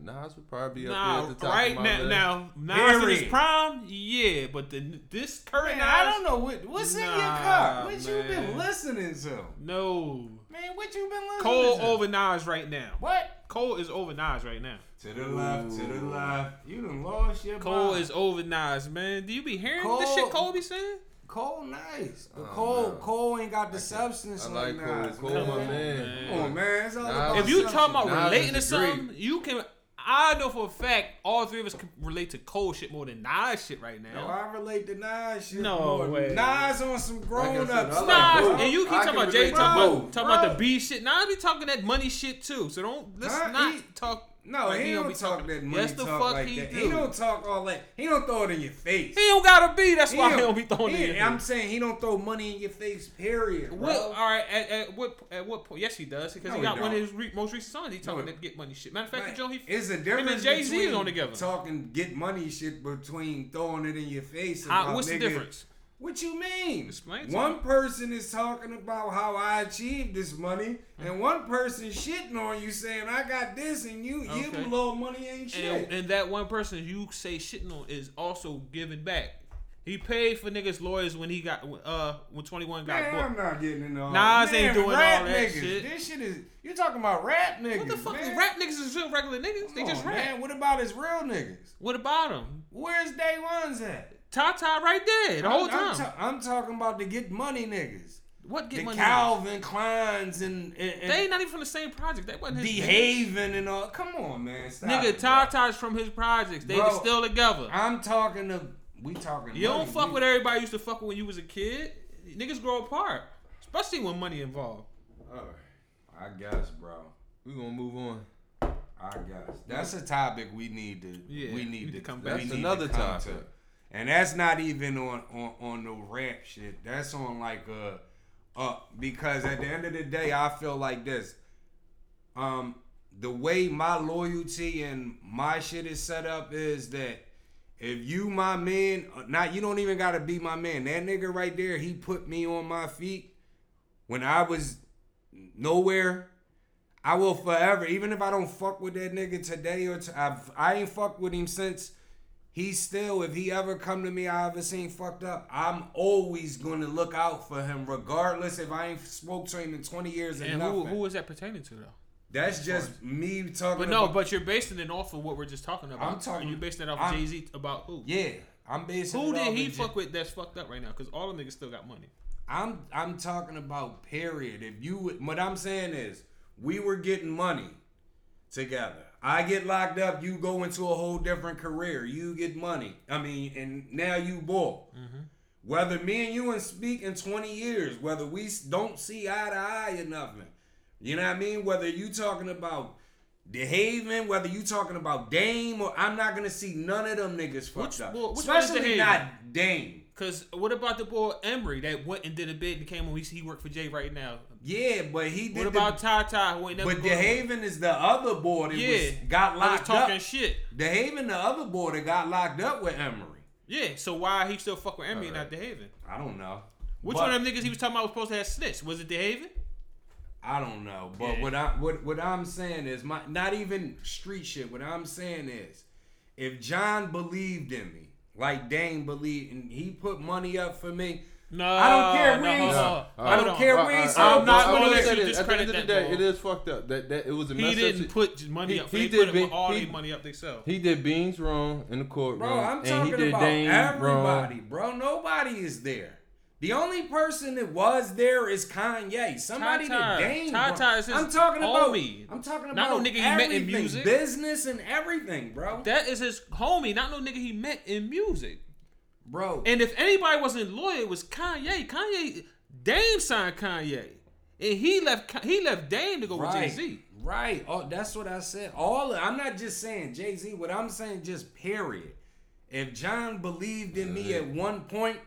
S3: Nah, Nas would probably be up there
S4: Nah,
S3: at the top
S4: right
S3: of my
S4: now,
S3: list.
S4: now Nas in his
S2: Period.
S4: prime, yeah, but the this
S2: Man,
S4: current Nas,
S2: I don't know what, what's in your
S4: Nah,
S2: cup. What you
S4: man.
S2: been listening to?
S4: No,
S2: Man, what you been listening
S4: Cole
S2: to?
S4: over Nas right now.
S2: What?
S4: Cole is over Nas right now.
S2: To the left, to the left. You done lost your
S4: Cole
S2: mind.
S4: is over Nas, man. Do you be hearing this
S2: Cole-
S4: shit Cole be saying?
S2: Cole nice, but
S3: Oh,
S2: Cole
S3: no.
S2: Cole ain't got the substance.
S3: I like
S2: like
S3: Cole.
S2: Nas,
S3: Cole,
S2: man.
S3: my
S4: on,
S3: man.
S2: Come on, man. It's all
S3: Nah,
S2: about
S4: If you
S2: substance.
S4: talking about
S3: Nas
S4: relating to
S3: is the Greek.
S4: something, you can. I know for a fact all three of us can relate to Cole shit more than Nas shit right
S2: If
S4: now.
S2: I relate to Nas shit,
S4: No
S2: more,
S4: way.
S2: Nas on some grown
S3: Like I said,
S2: ups.
S3: I like
S4: Nas,
S3: both.
S4: and you keep
S3: I
S4: talking
S3: can
S4: about Jay,
S3: relate to
S4: talking about,
S2: both,
S4: talking about the
S2: bro.
S4: B shit. Nas be talking that money shit too. So don't let's
S2: Huh?
S4: not
S2: He-
S4: talk.
S2: No,
S4: like
S2: he, don't,
S4: be
S2: talk
S4: talking-
S2: that money
S4: Yes, the
S2: talk
S4: fuck
S2: like
S4: he
S2: that.
S4: do.
S2: He don't talk all that. He don't throw it in your face.
S4: He don't gotta be. That's why he
S2: don't-
S4: don't be throwing
S2: he-
S4: it. in
S2: I'm
S4: there.
S2: saying he don't throw money in your face. Period. Bro.
S4: What, all right, at, at what at what point? Yes, he does because
S2: No,
S4: he
S2: he
S4: got one of
S2: don't.
S4: his re- most recent songs. He talking
S2: he-
S4: that get money shit. Matter of fact,
S2: Right.
S4: the Joe he
S2: it's a
S4: him and
S2: difference.
S4: Jay Z is
S2: between
S4: on together. Uh,
S2: Talking get money shit between throwing it in your face.
S4: How-
S2: about,
S4: what's the
S2: nigga,
S4: difference?
S2: What you mean?
S4: Explain to
S2: one person is talking about how I achieved this money,
S4: Mm-hmm.
S2: and one person shitting on you saying I got this, and you you
S4: Okay.
S2: blow money ain't
S4: And,
S2: shit.
S4: and that one person you say shitting on is also giving back. He paid for niggas lawyers when he got uh when twenty one got
S2: Man, I'm
S4: booked.
S2: not getting into all
S4: Nas
S2: that.
S4: ain't
S2: Man,
S4: doing all
S2: rap
S4: that
S2: niggas.
S4: shit.
S2: This shit is you talking about rap niggas.
S4: What the fuck?
S2: man.
S4: is Rap niggas is real regular niggas. They
S2: Come
S4: just
S2: on,
S4: rap.
S2: Man, what about his real niggas?
S4: What about him?
S2: Where's day ones at?
S4: Tata right there the whole
S2: I'm,
S4: time.
S2: I'm, ta- I'm talking about the get money niggas.
S4: what get
S2: the
S4: money?
S2: Calvin Kleins and, and,
S4: they ain't
S2: and
S4: not even from the same project. That wasn't his
S2: D
S4: niggas.
S2: Haven and all. Come on, man. Stop
S4: Nigga,
S2: it, bro.
S4: Tata's from his projects. They
S2: Bro,
S4: just still together.
S2: I'm talking to. We talking.
S4: You don't
S2: money.
S4: fuck
S2: We-
S4: with everybody you used to fuck with when you was a kid. Niggas grow apart, especially when money involved.
S3: All right,
S2: I guess, bro.
S3: we gonna move on.
S2: I guess that's a topic we need to.
S4: Yeah,
S2: we need to
S4: come
S2: we
S4: back.
S2: need
S3: That's
S2: to
S3: another
S2: come
S3: topic.
S2: to. And that's not even on on on no rap shit. That's on like uh uh because at the end of the day, I feel like this. Um, the way my loyalty and my shit is set up is that if you my man, not you don't even gotta be my man. That nigga right there, he put me on my feet when I was nowhere. I will forever, even if I don't fuck with that nigga today or t- I've, I ain't fucked with him since. He still, if he ever come to me, I ever seen fucked up. I'm always gonna look out for him, regardless if I ain't spoke to him in 20 years or
S4: And
S2: nothing.
S4: who, who is that pertaining to though?
S2: That's just me talking.
S4: But no,
S2: about-
S4: but you're basing it off of what we're just talking about.
S2: I'm talking-
S4: You're basing it off
S2: I'm-
S4: Jay Z about who?
S2: yeah, I'm basically.
S4: Who did he fuck with that's fucked up right now? Because all the niggas still got money.
S2: I'm I'm talking about period. If you what I'm saying is we were getting money together. I get locked up, you go into a whole different career. You get money. I mean, and now you ball.
S4: Mm-hmm.
S2: Whether me and you and speak in 20 years, whether we s- don't see eye to eye or nothing. You know what I mean? Whether you talking about the Haven, whether you talking about Dame, or I'm not gonna see none of them niggas fucked
S4: Which-
S2: up.
S4: well, which one is
S2: Especially
S4: DeHaven?
S2: not Dame.
S4: Because what about the boy Emery that went and did a bid and came when we he worked for Jay right now?
S2: Yeah, but he did
S4: What
S2: the-
S4: about Tata who ain't never?
S2: But
S4: go-
S2: the Haven is the other boy that
S4: yeah,
S2: was, got
S4: I was
S2: locked
S4: talking
S2: up.
S4: shit.
S2: The Haven, the other boy that got locked up with Emery.
S4: Yeah, so why he still fuck with Emery and
S3: All
S4: not the Haven?
S2: I don't know.
S4: Which
S2: But-
S4: one of them niggas he was talking about was supposed to have snitch? Was it the Haven?
S2: I don't know. But
S4: Yeah.
S2: what I what what I'm saying is my not even street shit. What I'm saying is, if John believed in me, like Dane believed, and he put money up for me.
S4: No,
S2: I don't care,
S4: no,
S2: we ain't-
S4: hold on,
S2: I don't
S4: hold on.
S2: care.
S3: All right,
S2: we ain't
S3: all
S2: so
S3: right,
S4: I'm not
S3: I
S4: gonna
S3: wanna
S4: let
S3: say
S4: you
S3: this.
S4: discredit
S3: At the end of
S4: that
S3: the day,
S4: ball.
S3: it is fucked up. That that it was a
S4: He
S3: messed up
S4: didn't
S3: si-
S4: put money
S3: He-
S4: up.
S3: he
S4: They
S3: did
S4: put it with
S3: be-
S4: all
S3: he-
S4: their money up themselves.
S3: He did Beans wrong in the courtroom,
S2: Bro, I'm
S3: and he
S2: talking
S3: did
S2: about
S3: Dame
S2: everybody,
S3: wrong.
S2: bro. Nobody is there. The only person that was there is Kanye. Somebody
S4: Ty-Ty.
S2: that Dame.
S4: Ty-Ty
S2: bro.
S4: is his
S2: I'm talking
S4: homie.
S2: about. I'm talking about
S4: Not no nigga he met in
S2: everything,
S4: music.
S2: business and everything, bro.
S4: That is his homie, not no nigga he met in music.
S2: bro,
S4: And if anybody wasn't loyal, it was Kanye. Kanye, Dame signed Kanye, and he left. Ka- He left Dame to go with Jay
S2: right,
S4: Z.
S2: right. Oh, that's what I said. All I'm not just saying Jay Z. What I'm saying, just period. If John believed in me at one point,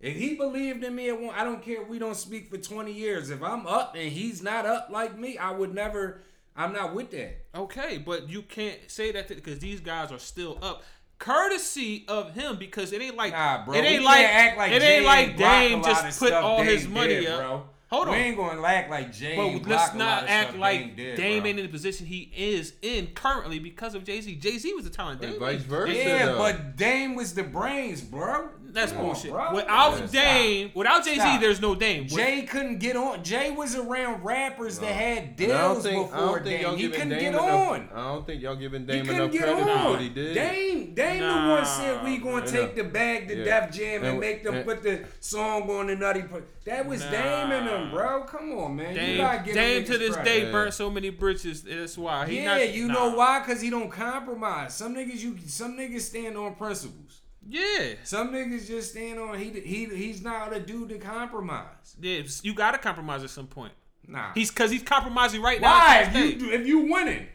S2: if he believed in me at one, I don't care. if We don't speak for 20 years. If I'm up and he's not up like me, I would never. I'm not with that.
S4: Okay, but you can't say that because these guys are still up. Courtesy of him because it ain't like
S2: Nah, bro.
S4: it ain't
S2: we
S4: like,
S2: can't act like
S4: it
S2: Jay
S4: ain't
S2: block
S4: like
S2: a
S4: Dame
S2: lot of
S4: just put
S2: stuff
S4: all
S2: Dame
S4: his money
S2: did,
S4: up.
S2: bro.
S4: Hold on.
S2: We ain't gonna act like Jay.
S4: But
S2: ain't
S4: let's
S2: blocked a lot
S4: not
S2: of
S4: act
S2: stuff
S4: like
S2: Dame did,
S4: Dame
S2: bro.
S4: ain't in the position he is in currently because of Jay Z. Jay Z was the talent.
S3: And
S4: Dame
S3: vice versa.
S2: Yeah,
S3: though.
S2: but Dame was the brains, bro.
S4: That's
S2: Come on,
S4: bullshit.
S2: bro.
S4: without
S2: Yeah, stop.
S4: Dame, without Jay Z,
S2: Stop.
S4: there's no Dame. With-
S2: Jay couldn't get on. Jay was around rappers that had
S3: And I don't
S2: deals
S3: think, I
S2: before
S3: don't think y'all
S2: Dame. He
S3: giving
S2: couldn't get
S3: Dame enough,
S2: on.
S3: I don't think y'all giving
S2: He
S3: Dame
S2: couldn't
S3: enough
S2: get
S3: credit for what he
S2: on.
S3: did.
S2: Dame, Dame, the
S4: Nah,
S2: one said we gonna
S3: man.
S2: take the bag to
S3: Yeah.
S2: Def Jam and,
S3: And-
S2: make them
S3: and-
S2: put the song on the Nutty. Pro- that was
S4: Nah.
S2: Dame and them, bro. Come on, man. you gotta
S4: Dame,
S2: give
S4: Dame
S2: them
S4: to
S2: niggas
S4: this
S2: credit.
S4: day
S3: Yeah.
S4: burnt so many bridges. That's why he
S2: Yeah,
S4: not,
S2: you
S4: nah.
S2: know why? Cause he don't compromise. Some niggas, you some niggas stand on principles.
S4: Yeah,
S2: Some niggas just stand on. He he he's not a dude to compromise.
S4: yeah. You gotta compromise at some point.
S2: Nah.
S4: He's because he's compromising right now.
S2: why
S4: to
S2: if
S4: this
S2: you
S4: day.
S2: do- if you winning,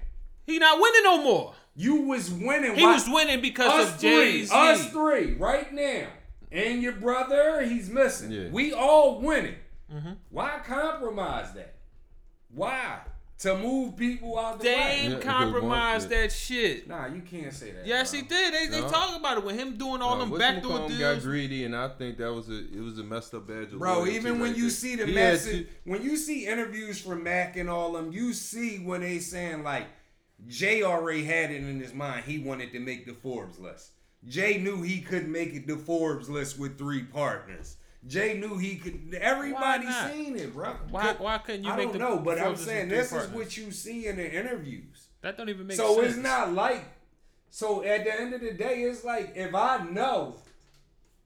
S4: He not winning no more.
S2: you was winning.
S4: He
S2: why-
S4: was winning because
S2: us
S4: of
S2: three,
S4: Jay Z.
S2: us three, right now, and your brother, he's missing.
S3: Yeah.
S2: We all winning.
S4: Mm-hmm.
S2: Why compromise that? Why to move people out the way?
S4: Dame
S3: Yeah, because once
S4: compromised that shit.
S2: Nah, you can't say that.
S4: Yes,
S2: bro.
S4: he did. They, they
S3: No.
S4: talk about it with him doing all
S3: Uh,
S4: them
S3: whatchamacallit
S4: backdoor
S3: got
S4: deals.
S3: greedy, and I think that was a it was a messed up badge of
S2: Bro,
S3: loyalty
S2: even when
S3: right
S2: you
S3: there.
S2: see the
S3: He had
S2: message,
S3: two-
S2: when you see interviews from Mac and all them, you see when they saying like Jay already had it in his mind he wanted to make the Forbes list. Jay knew he couldn't make it the Forbes list with three partners. Jay knew he could. Everybody
S4: Why not?
S2: seen it, bro.
S4: Why- why couldn't you
S2: I
S4: make
S2: don't
S4: the
S2: know, but I'm
S4: Forbes list
S2: saying
S4: with three
S2: this is
S4: partners?
S2: what you see in the interviews
S4: That don't even make
S2: so
S4: sense.
S2: it's not like so at the end of the day it's like if i know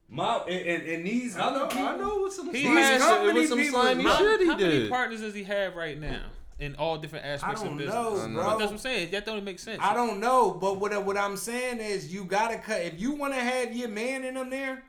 S2: my and, and, and these other people
S3: I know what some
S4: He
S3: slimy
S4: has-
S3: shit- it
S2: company
S3: was some
S2: people-
S3: slimy
S2: How-
S3: shit
S4: how
S3: he
S4: many
S3: did.
S4: partners does he have right now in all different
S2: i
S4: aspects of
S2: don't
S4: business?
S2: know
S3: know.
S4: But that's what
S2: bro
S4: I'm saying. That don't even make sense.
S2: i don't know but what, I- what i'm saying is you gotta cut if you want to have your man in them there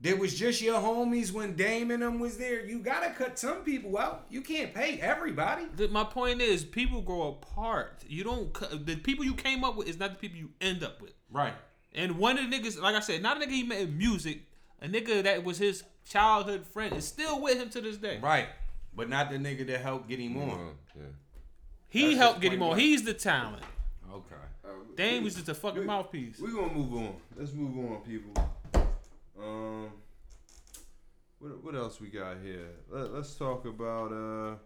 S2: that was just your homies when Dame and them was there. You gotta cut some people out. You can't pay everybody.
S4: The- my point is, people grow apart. You don't. c- The people you came up with is not the people you end up with.
S2: Right.
S4: And one of the niggas, like I said, not a nigga he met in music, a nigga that was his childhood friend is still with him to this day.
S2: Right. But not the nigga that helped get him
S3: Uh,
S2: on.
S3: yeah.
S4: He
S2: That's
S4: helped
S2: his
S4: get him
S2: point
S4: on.
S2: blank.
S4: He's the talent.
S2: Okay.
S4: Dame was just a fucking
S3: we-
S4: mouthpiece.
S3: We're gonna move on. Let's move on, people. Um, what what else we got here? Let, let's talk about. Uh,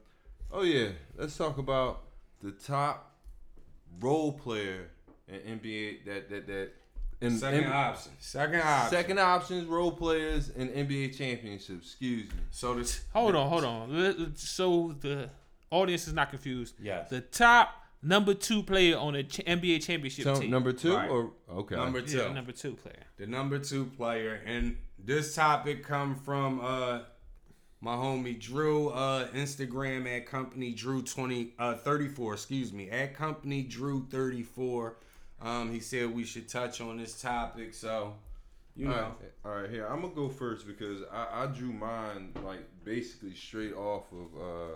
S3: oh yeah, let's talk about the top role player in NBA that that that in
S2: Second
S3: in-
S2: option. Second option.
S3: second options role players in NBA championships. Excuse me.
S2: So this.
S4: Hold on, hold on. Let- let- So the audience is not confused.
S2: Yes.
S4: The top number two player on the ch- NBA championship
S3: So,
S4: team.
S3: number two
S2: Right.
S3: or okay.
S2: Number two.
S4: yeah, number two player.
S2: the number two player, and this topic come from uh my homie Drew uh Instagram at company Drew twenty uh thirty four excuse me at company Drew thirty four. Um, he said we should touch on this topic, so you
S3: All
S2: know.
S3: right, all right, here I'm gonna go first because I, I drew mine like basically straight off of uh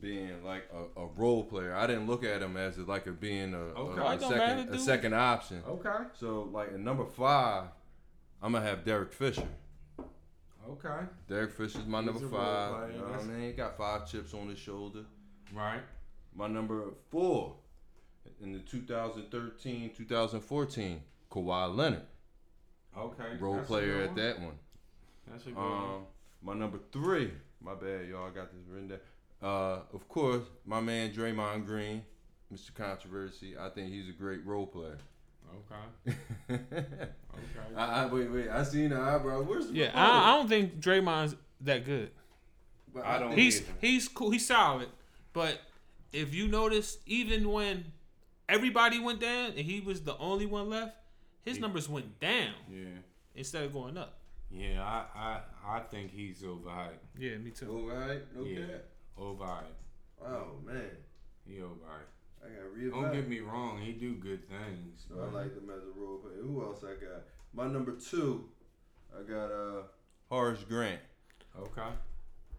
S3: being like a, a role player. I didn't look at him as like a being a, a-
S2: Okay.
S3: a,
S2: Well,
S4: it don't matter,
S3: second a
S4: dude.
S3: second option.
S2: Okay.
S3: So like at number five, I'm gonna have Derek Fisher.
S2: Okay.
S3: Derek Fisher's my
S2: He's
S3: number
S2: a role
S3: five.
S2: player,
S3: You know what I
S2: that's-
S3: mean? He got five chips on his shoulder.
S2: Right.
S3: My number four in the 2013-2014, Kawhi Leonard,
S2: Okay.
S3: role
S2: That's a
S3: player
S2: good
S3: at
S2: one.
S3: that one.
S2: That's a good one.
S3: Um, my number three, my bad, y'all. I got this written down. Uh, of course, my man Draymond Green, Mr. Controversy. I think he's a great role player.
S2: Okay. Okay.
S3: I, I wait, wait. I seen the eyebrow. Where's the
S4: Yeah,
S3: photo?
S4: I, I don't think Draymond's that good.
S3: But
S2: I don't-
S4: He's
S2: either.
S4: he's cool. He's solid, but if you notice, even when everybody went down and he was the only one left, his numbers went down
S2: Yeah.
S4: instead of going up.
S2: Yeah. I I I think he's overhyped.
S4: Yeah, me too.
S3: All right. Okay.
S2: Yeah. Overhyped.
S3: Oh man,
S2: He overhyped.
S3: I got real.
S2: Don't get me wrong. He do good things.
S3: I like them as a role player. Who else I got? My number two, I got uh Horace Grant,
S2: Okay.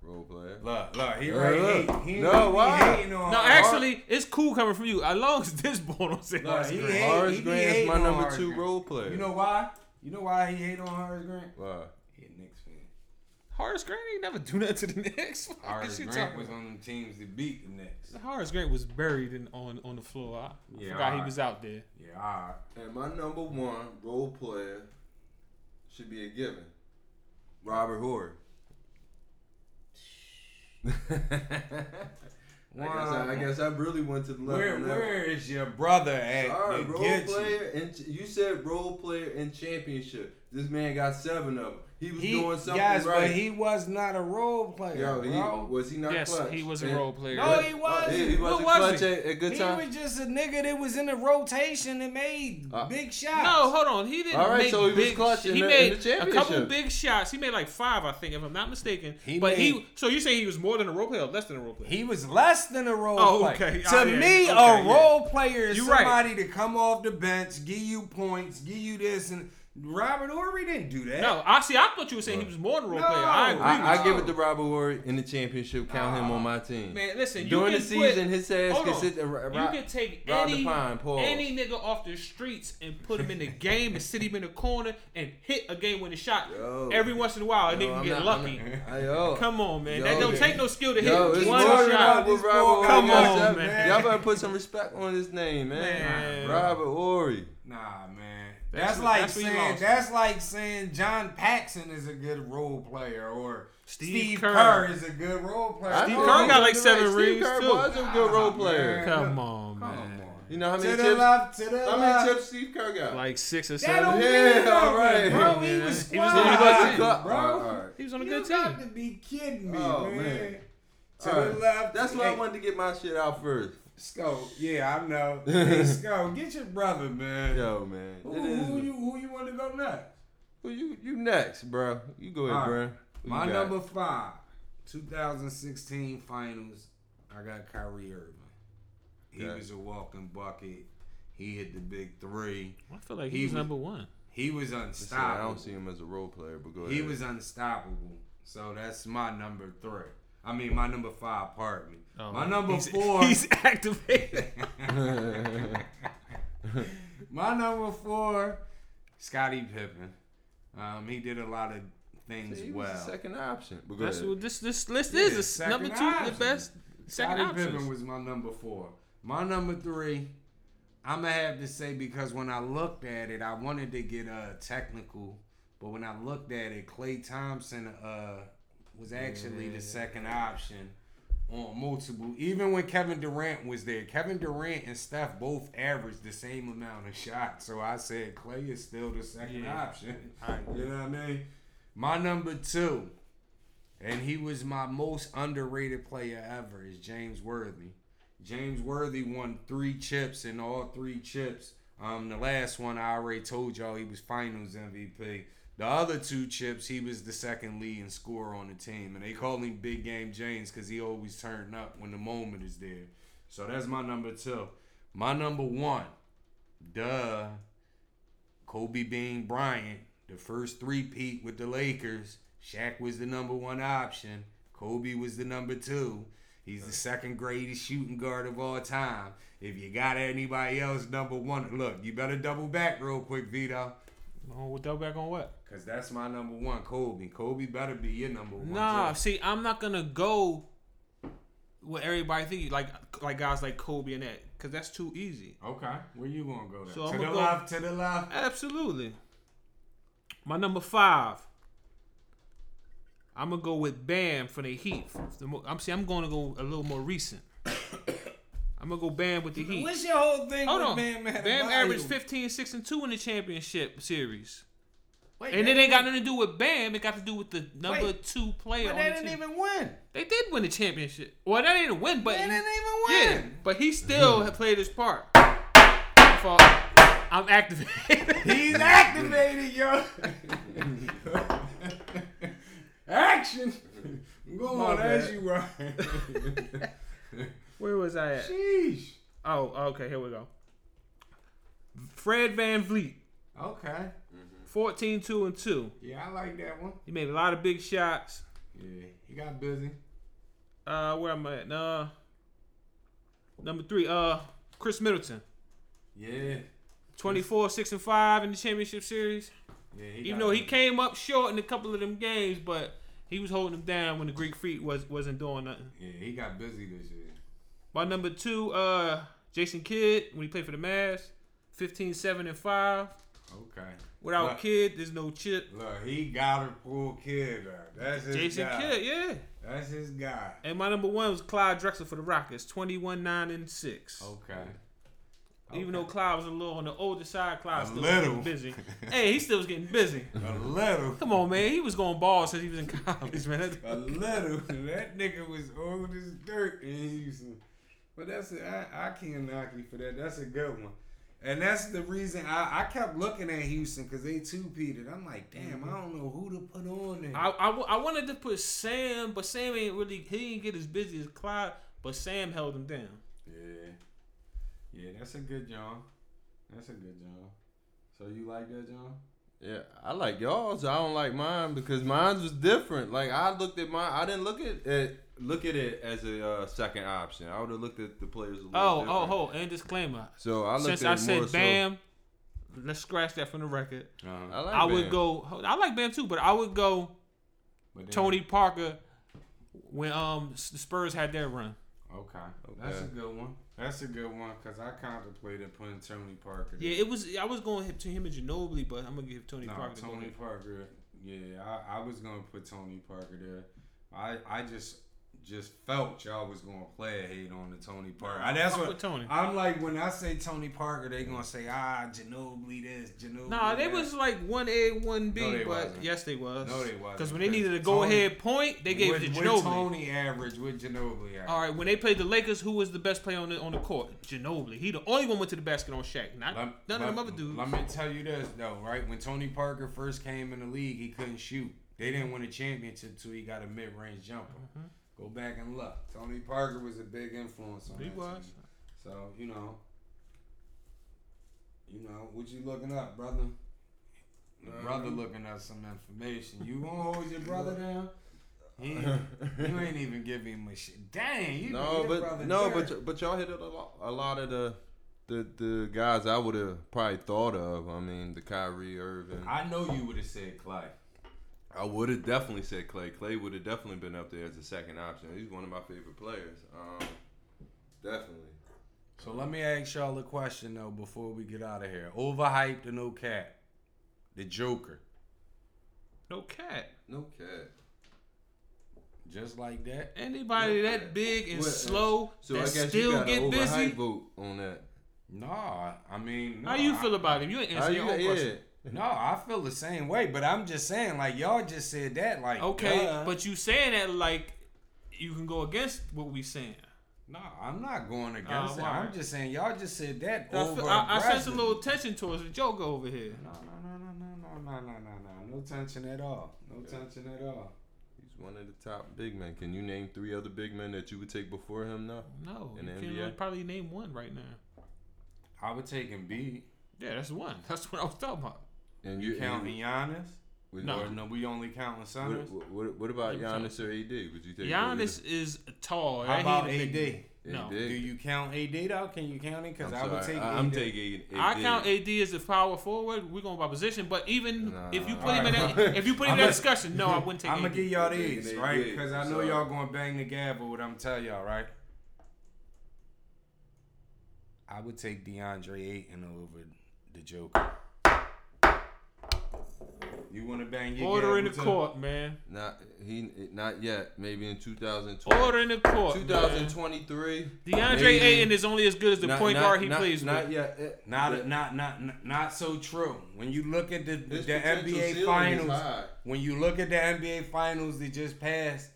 S3: role player.
S2: Look, look, he
S3: Yeah,
S2: right.
S3: look.
S2: He, he,
S3: No,
S2: he
S3: why?
S2: hating on
S4: No,
S2: her.
S4: actually, it's cool coming from you. As long as this ball don't say
S2: Nah,
S4: Horace
S2: he
S4: Grant.
S2: hate-
S3: Horace
S2: he be
S3: Grant is my
S2: hating on
S3: number
S2: Horace
S3: two
S2: Grant.
S3: role player.
S2: You know why? You know why he hate on Horace Grant?
S3: Why?
S2: He a Knicks fan.
S4: Horace Grant ain't never do that to the Knicks. What
S2: Horace
S4: you
S2: Grant
S4: talking
S2: was
S4: about?
S2: on them teams that beat the Knicks.
S4: Horace Grant was buried in, on on the floor. I
S2: Yeah,
S4: forgot he
S2: alright.
S4: was out there.
S2: Yeah, all right.
S3: And my number one role player should be a given. Robert Horry. I, guess I, I guess I really went to the left.
S2: Where
S3: on that one.
S2: where is your brother at?
S3: All right,
S2: to
S3: role
S2: get you?
S3: player and ch- you said role player and championship. This man got seven of them. He was
S2: He,
S3: doing something
S2: guys,
S3: right.
S2: but he was not a role player,
S3: Yo, he,
S2: bro.
S3: was he not
S4: Yes,
S3: clutch?
S4: he was a
S3: man?
S4: role player.
S2: No, he
S3: Oh,
S2: wasn't.
S3: yeah, he
S2: What
S3: wasn't
S2: was
S3: clutch
S2: he?
S3: at a good
S2: he
S3: time.
S2: was just a nigga that was in the rotation and made
S3: Uh,
S2: big shots.
S4: No, hold on. He didn't
S3: All right,
S4: make
S3: so he was
S4: big.
S3: clutch
S4: sh-
S3: in
S4: he
S3: the- in
S4: made
S3: the
S4: a couple
S3: championship.
S4: big shots. He made like five, I think, if I'm not mistaken.
S2: He
S4: but
S2: made-
S4: he. So you say he was more than a role player, or less than a role player?
S2: he was less than a role
S4: Oh,
S2: player.
S4: okay.
S2: To
S4: Oh,
S2: me,
S4: yeah. Okay,
S2: a
S4: yeah.
S2: role player is
S4: You right.
S2: somebody to come off the bench, give you points, give you this, and Robert Ory didn't do that.
S4: no, I see. I thought you were saying he was more than a role player. I agree.
S2: I-
S4: with
S3: I,
S4: you.
S3: give it to Robert Ward in the championship. Count him on my team.
S4: Man, listen. You
S3: During
S4: can
S3: the season,
S4: put,
S3: his ass
S4: Hold
S3: can
S4: on.
S3: sit. and ro-
S4: You
S3: ro-
S4: can take
S3: Rob
S4: any,
S3: Define, pause.
S4: any nigga off the streets and put him in the game and sit him in the corner and hit a game winning shot.
S3: Yo.
S4: Every once in a while, a
S3: Yo,
S4: nigga
S3: I'm
S4: get
S3: not-
S4: lucky.
S3: I'm not- I- yo.
S4: Come on, man.
S3: Yo,
S4: that don't
S3: yeah.
S4: take no skill to
S3: Yo,
S4: hit
S3: it's
S4: one
S3: Robert
S2: talking
S4: shot.
S2: about
S3: Ward,
S2: this
S3: Robert
S2: boy.
S3: Ward.
S4: Come
S3: Y'all-
S4: on, man.
S3: Y'all better put some respect on his name, man.
S4: Man.
S3: Robert Ory.
S2: Nah, man. That's,
S4: That's what-
S2: like
S4: that's what you
S2: saying
S4: lost.
S2: that's like saying John Paxson is a good role player or Steve,
S4: Steve
S2: Kerr.
S4: Kerr.
S2: is a good role player.
S3: I
S4: Steve
S3: know
S4: Kerr
S3: he
S4: got
S3: was
S4: like
S3: the
S4: seven
S3: right- Steve
S4: rings,
S3: Kerr
S4: too. Oh,
S3: was a good role player.
S4: Come on,
S2: Come
S4: man.
S2: on.
S3: You know how
S2: To
S3: many
S2: the
S3: tips?
S2: left, to the
S3: How
S2: left.
S3: many tips Steve Kerr got?
S4: Like six or
S2: That
S4: seven.
S2: don't
S3: Yeah,
S2: mean
S3: all
S2: nothing,
S3: right.
S2: bro. He was
S4: He was
S2: squad
S4: on a
S3: He
S2: hiding,
S3: wasn't cut-
S2: bro.
S3: All right, all right.
S4: He was on a
S2: You
S4: good
S2: got
S4: team.
S2: to be kidding me,
S3: Oh,
S2: man.
S3: man.
S2: To
S3: All
S2: the
S3: right.
S2: left.
S3: That's why I
S2: Hey,
S3: wanted to get my shit out first.
S2: Sco, yeah, I know. Hey, Sco, get your brother, man.
S3: Yo, man.
S2: Who,
S3: It is-
S2: who you who you want to go next?
S3: Who you, you next, bro. You go ahead,
S2: All
S3: bro.
S2: right.
S3: Who
S2: My
S3: you got?
S2: number five, 2016 Finals. I got Kyrie Irving. He
S3: Okay.
S2: was a walking bucket. He hit the big three.
S4: I feel like
S2: He
S4: he was
S2: was-
S4: number one.
S2: He was
S3: Listen, I don't
S2: unstoppable.
S3: see him as a role player, but go ahead.
S2: He was unstoppable. So that's my number three. I mean, my number five. Pardon me.
S4: Oh,
S2: my number
S4: he's-
S2: four.
S4: He's activated.
S2: My number four, Scottie Pippen. Um, he did a lot of things
S3: See, he was
S2: well.
S3: the second option. But go
S4: That's
S3: ahead.
S4: what this this list
S2: Yeah,
S4: is. It's
S2: second
S4: number two,
S2: option.
S4: the best second
S2: Scottie Pippen
S4: option.
S2: was my number four. My number three, I'm gonna have to say because when I looked at it, I wanted to get uh, technical, but when I looked at it, Clay Thompson uh, was actually the second option on multiple. Even when Kevin Durant was there, Kevin Durant and Steph both averaged the same amount of shots. So I said Clay is still the second
S4: Yeah.
S2: option. you know what I mean? My number two, and he was my most underrated player ever, is James Worthy. James Worthy won three chips, and all three chips. Um, the last one I already told y'all he was Finals MVP. The other two chips, he was the second leading scorer on the team, and they call him Big Game James because he always turned up when the moment is there. So that's my number two. My number one, duh, Kobe Bean Bryant, the first three peat with the Lakers. Shaq was the number one option. Kobe was the number two. He's the second greatest shooting guard of all time. If you got anybody else number one, look, you better double back real quick, Vito.
S4: Oh, we'll double back on what?
S2: Cause that's my number one, Kobe. Kobe better be your number one.
S4: Nah,
S2: too.
S4: see, I'm not gonna go with everybody thinking like like guys like Kobe and that, cause that's too easy.
S2: Okay. Where you gonna go? Then?
S4: So
S2: to
S4: I'ma
S2: the
S4: go-
S2: left. To the left.
S4: Absolutely. My number five. I'm gonna go with Bam for the Heat. The mo- I'm see, I'm gonna go a little more recent. I'm gonna go Bam with the Heat.
S2: What's your whole thing
S4: Hold
S2: with
S4: on,
S2: Bam
S4: Bam,
S2: Adebayo?
S4: averaged 15, 6, and two in the championship series,
S2: Wait,
S4: and
S2: that-
S4: it ain't got nothing to do with Bam. It got to do with the number
S2: Wait,
S4: two player
S2: But
S4: on
S2: they
S4: the
S2: didn't
S4: team.
S2: even win.
S4: They did win the championship. Well, they didn't win, but
S2: They didn't even
S4: yeah,
S2: win.
S4: but he still had played his part. For- I'm activated.
S2: He's activated, yo. Action. Go on,
S4: My
S2: as
S4: bad.
S2: you were.
S4: Where was I at?
S2: Sheesh.
S4: Oh, okay, here we go. Fred Van Vliet,
S2: Okay.
S4: 14 2 and 2.
S2: Yeah, I like that one.
S4: He made a lot of big shots.
S2: Yeah, he got busy.
S4: Uh, where am I at? Nah. Number three, uh, Chris Middleton.
S2: Yeah.
S4: 24 6 and 5 in the championship series.
S2: Yeah.
S4: Even
S2: got
S4: though he
S2: busy.
S4: came up short in a couple of them games, but he was holding them down when the Greek Freak was wasn't doing nothing.
S2: Yeah, he got busy this year.
S4: My number two, uh, Jason Kidd, when he played for the Mavs, 15, 7, and 5.
S2: Okay.
S4: Without
S2: Look.
S4: Kid, there's no Chip.
S2: Look, he gotta pull Kid out. That's his
S4: Jason
S2: guy.
S4: Kidd, yeah.
S2: That's his guy.
S4: And my number one was Clyde Drexler for the Rockets, 21, 9, and 6.
S2: Okay.
S4: Even though Clyde was a little on the older side, Clyde
S2: A
S4: still
S2: little.
S4: was getting busy. hey, he still was getting busy.
S2: a little,
S4: Come on, man. He was going ball since he was in college, man. That's-
S2: a little, that nigga was old as dirt in Houston. But that's a, I, I can't knock you for that. That's a good one. And that's the reason I, I kept looking at Houston because they two peated. I'm like, damn, I don't know who to put on there.
S4: Mm-hmm. I, I, w- I wanted to put Sam, but Sam ain't really, he didn't get as busy as Clyde, but Sam held him down.
S2: Yeah. Yeah, that's a good John. That's a good John. So you like that John?
S3: Yeah, I like y'all's. I don't like mine because mine's was different. Like I looked at mine. I didn't look at it. Look at it as a uh, second option. I would have looked at the players. A little
S4: Oh,
S3: different.
S4: oh, oh, and disclaimer.
S3: So I looked
S4: Since
S3: at
S4: I
S3: it more
S4: said
S3: so-
S4: Bam, let's scratch that from the record.
S3: I, like
S4: I would
S3: Bam.
S4: go, I like Bam too, but I would go Tony Parker when um S- the Spurs had their run.
S2: Okay.
S3: Okay.
S2: That's a good one. That's a good one because I contemplated putting Tony Parker.
S4: Yeah, it was. I was going to him and Ginobili, but I'm gonna give Tony
S2: no,
S4: Parker. the
S2: Tony
S4: vote.
S2: Parker. Yeah, I, I was gonna put Tony Parker there. I I just just felt y'all was gonna play a hate on the Tony Parker. I, that's
S4: fuck
S2: what
S4: with Tony.
S2: I'm like when I say Tony Parker, they gonna say ah Ginobili this Ginobili.
S4: Nah, they
S2: that.
S4: was like one A, one B,
S2: No, they
S4: but
S2: wasn't.
S4: yes, they was.
S2: No, they wasn't.
S4: Because when they needed a
S2: Tony-
S4: go ahead point, they gave
S2: with,
S4: it to
S2: with
S4: Ginobili.
S2: Tony average with Ginobili. Average.
S4: All right, when they played the Lakers, who was the best player on the on the court? Ginobili. He the only one went to the basket on Shaq. Not
S2: Lem-
S4: none
S2: lem-
S4: of them other dudes.
S2: Let me tell you this though, right? When Tony Parker first came in the league, he couldn't shoot. They didn't win a championship till he got a mid-range jumper.
S4: Mm-hmm.
S2: Go back and look. Tony Parker was a big influence on
S4: he
S2: that
S4: was.
S2: team. So you know, you know what you looking up, brother? The brother looking up some information. You gonna hold your brother down? He, you ain't even give him a shit. Dang, you
S3: No,
S2: your
S3: but
S2: brother
S3: no,
S2: dirt.
S3: but y- but y'all hit a lot, a lot of the the the guys I would have probably thought of. I mean, the Kyrie Irving.
S2: I know you would have said Clay.
S3: I would have definitely said Clay. Clay would have definitely been up there as a second option. He's one of my favorite players. Um, definitely.
S2: So let me ask y'all a question though before we get out of here. Overhyped or no cap? The Joker.
S4: No cat.
S3: No cat.
S2: Just like that.
S4: Anybody
S3: No
S4: that
S3: cat.
S4: big and
S3: What else?
S4: slow
S3: So I
S4: that
S3: guess you
S4: still
S3: got an
S4: get
S3: overhype
S4: busy.
S3: vote on that.
S2: Nah, I mean, no,
S4: How you
S2: I-
S4: feel about him? You ain't answering
S3: How
S4: your own
S3: you-
S4: question.
S2: No, I feel the same way, but I'm just saying, like y'all just said that, like
S4: Okay,
S2: duh.
S4: but you saying that like you can go against what we saying.
S2: no, I'm not going against
S4: Uh,
S2: it.
S4: why?
S2: I'm just saying y'all just said that
S4: I,
S2: over.
S4: feel, I, I sense a
S2: aggressive.
S4: little tension towards the Joker over here.
S2: No, no, no, no, no, no, no, no, no, no, no tension at all. No tension at all.
S3: He's one of the top big men. Can you name three other big men that you would take before him now?
S4: No,
S3: In
S4: you
S3: the
S4: can
S3: NBA?
S4: really probably name one right now.
S2: I would take Embiid.
S4: Yeah, that's one. That's what I was talking about.
S3: And
S2: You
S3: and
S2: counting Giannis?
S3: would-
S4: No.
S2: Or no, we only counting Sunners.
S3: What, what, what, what about Giannis or AD? Would you take
S4: Giannis is tall.
S2: How
S4: That
S2: about
S4: he the big-
S2: AD?
S3: AD?
S4: No.
S3: AD?
S2: Do you count AD out? Can you count it? Because
S3: I'm
S2: I would
S3: sorry,
S2: take.
S3: I- I'm
S2: AD.
S3: taking AD.
S4: I count AD as a power forward. We're going by position, but even
S3: Nah.
S4: if you put him in
S2: Alright.
S4: that, if you put him in
S2: I'ma-
S4: that discussion, no, I wouldn't take
S2: I'm gonna
S4: AD.
S2: give y'all
S3: I'm taking
S2: these,
S3: AD,
S2: right? Because I know
S3: so-
S2: y'all gonna bang the gavel. What I'm telling y'all, right? I would take DeAndre Ayton over the Joker. You want to bang your
S4: Order in the
S2: gavel too?
S4: court, man.
S3: Not he. Not yet. Maybe in 2020.
S4: Order in the court. man.
S3: 2023.
S4: DeAndre
S3: Maybe.
S4: Ayton is only as good as the
S3: Not-
S4: point
S3: not-
S4: guard he
S3: not-
S4: plays
S3: Not
S4: with.
S3: yet. It-
S2: Not,
S3: the-
S2: not, not, not, not so true. When you look at the the,
S3: His
S2: the
S3: potential ceiling
S2: NBA
S3: is
S2: finals,
S3: high.
S2: when you look at the NBA finals that just passed,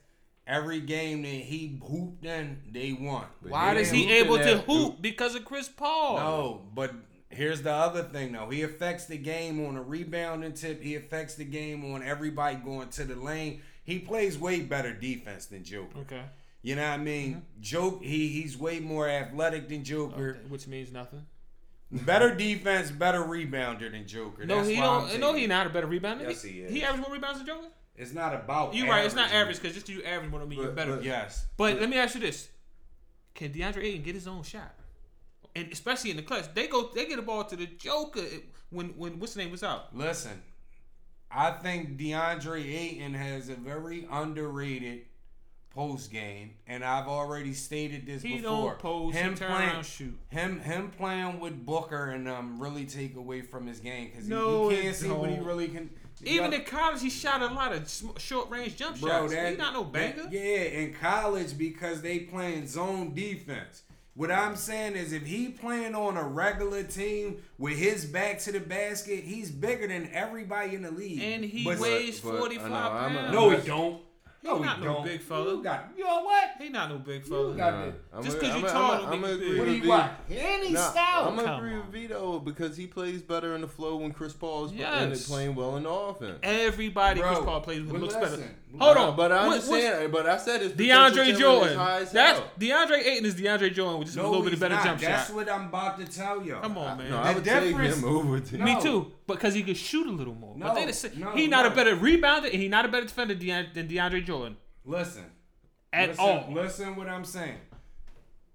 S2: every game that he hooped in, they won.
S4: Why
S3: He
S4: is
S3: ain't
S4: he
S3: hooping
S4: able to
S3: that-
S4: hoop? Because of Chris Paul.
S2: No, but here's the other thing though. He affects the game on a rebounding tip. He affects the game on everybody going to the lane. He plays way better defense than Joker.
S4: Okay.
S2: You know what I mean?
S4: Mm-hmm.
S2: Joke he he's way more athletic than Joker.
S4: Which means nothing.
S2: Better defense, better rebounder than Joker.
S4: No,
S2: That's
S4: he
S2: why I'm
S4: don't. No,
S2: taking-
S4: he not a better rebounder.
S2: Yes, he is.
S4: He averaged more rebounds than Joker.
S2: It's not about
S4: You're right. It's not average
S2: averaging.
S4: because just 'cause you average, what don't mean you're
S3: But-
S4: better.
S3: but-
S2: Yes.
S4: But let me ask you this: Can DeAndre Ayton get his own shot? And especially in the clutch, they go they get the ball to the Joker when when what's the name was out.
S2: Listen, I think DeAndre Ayton has a very underrated post game, and I've already stated this
S4: He
S2: before.
S4: don't post. Him
S2: him
S4: he turn
S2: playing-
S4: around, shoot.
S2: Him him playing with Booker and um really take away from his game because
S4: No,
S2: he,
S4: it
S2: can't see what he
S4: don't.
S2: really can.
S4: Even
S2: Yup.
S4: in college, he shot a lot of sm- short range jump shots. He's not no banger.
S2: that- yeah, in college because they playing zone defense. What I'm saying is, if he playing on a regular team with his back to the basket, he's bigger than everybody in the league.
S4: And he
S2: But- uh,
S4: weighs
S3: but- I know,
S4: 45
S3: I'm a-
S4: pounds.
S2: No, he don't. No,
S4: not
S2: he
S4: no
S2: don't.
S4: big fella.
S2: You got. You know what?
S4: He not no big fella.
S2: You got- Nah,
S4: Just 'cause you tall don't
S3: I'm
S4: make you big.
S3: agree
S2: What do
S3: with
S2: you
S3: V.
S2: got? Any
S3: Nah,
S2: style.
S3: I'm gonna
S4: come
S3: agree
S4: on.
S3: with Vito because he plays better in the flow when Chris Paul is in it
S4: Yes.
S3: playing well in the offense.
S4: Everybody
S2: Bro,
S4: Chris Paul plays with
S2: but
S4: looks better.
S2: listen,
S4: Hold
S3: Nah,
S4: on,
S3: but I
S4: What- what's-
S3: understand. But I said it's
S4: DeAndre Jordan. That's DeAndre Ayton is DeAndre Jordan with just a little bit
S2: he's
S4: of better
S2: not.
S4: jump
S2: That's
S4: shot.
S2: what I'm about to tell y'all.
S4: Come on, man.
S3: No, I
S2: The
S3: would take
S2: difference-
S3: him over to
S2: No.
S4: Me too, because he could shoot a little more.
S2: No,
S4: but they the sa-
S2: no,
S4: he not
S2: no.
S4: a better rebounder and he not a better defender Deon- than DeAndre Jordan
S2: Listen.
S4: at
S2: listen,
S4: all.
S2: Listen what I'm saying.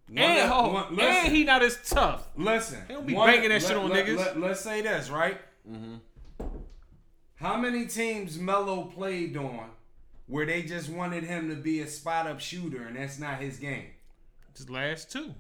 S2: One
S4: and,
S2: of-
S4: oh,
S2: one- listen.
S4: and he not as tough.
S2: Listen.
S4: They don't be banging that shit on niggas.
S2: Let, us say this, right? How many teams Melo played on where they just wanted him to be a spot up shooter and that's not his game?
S4: Just last two.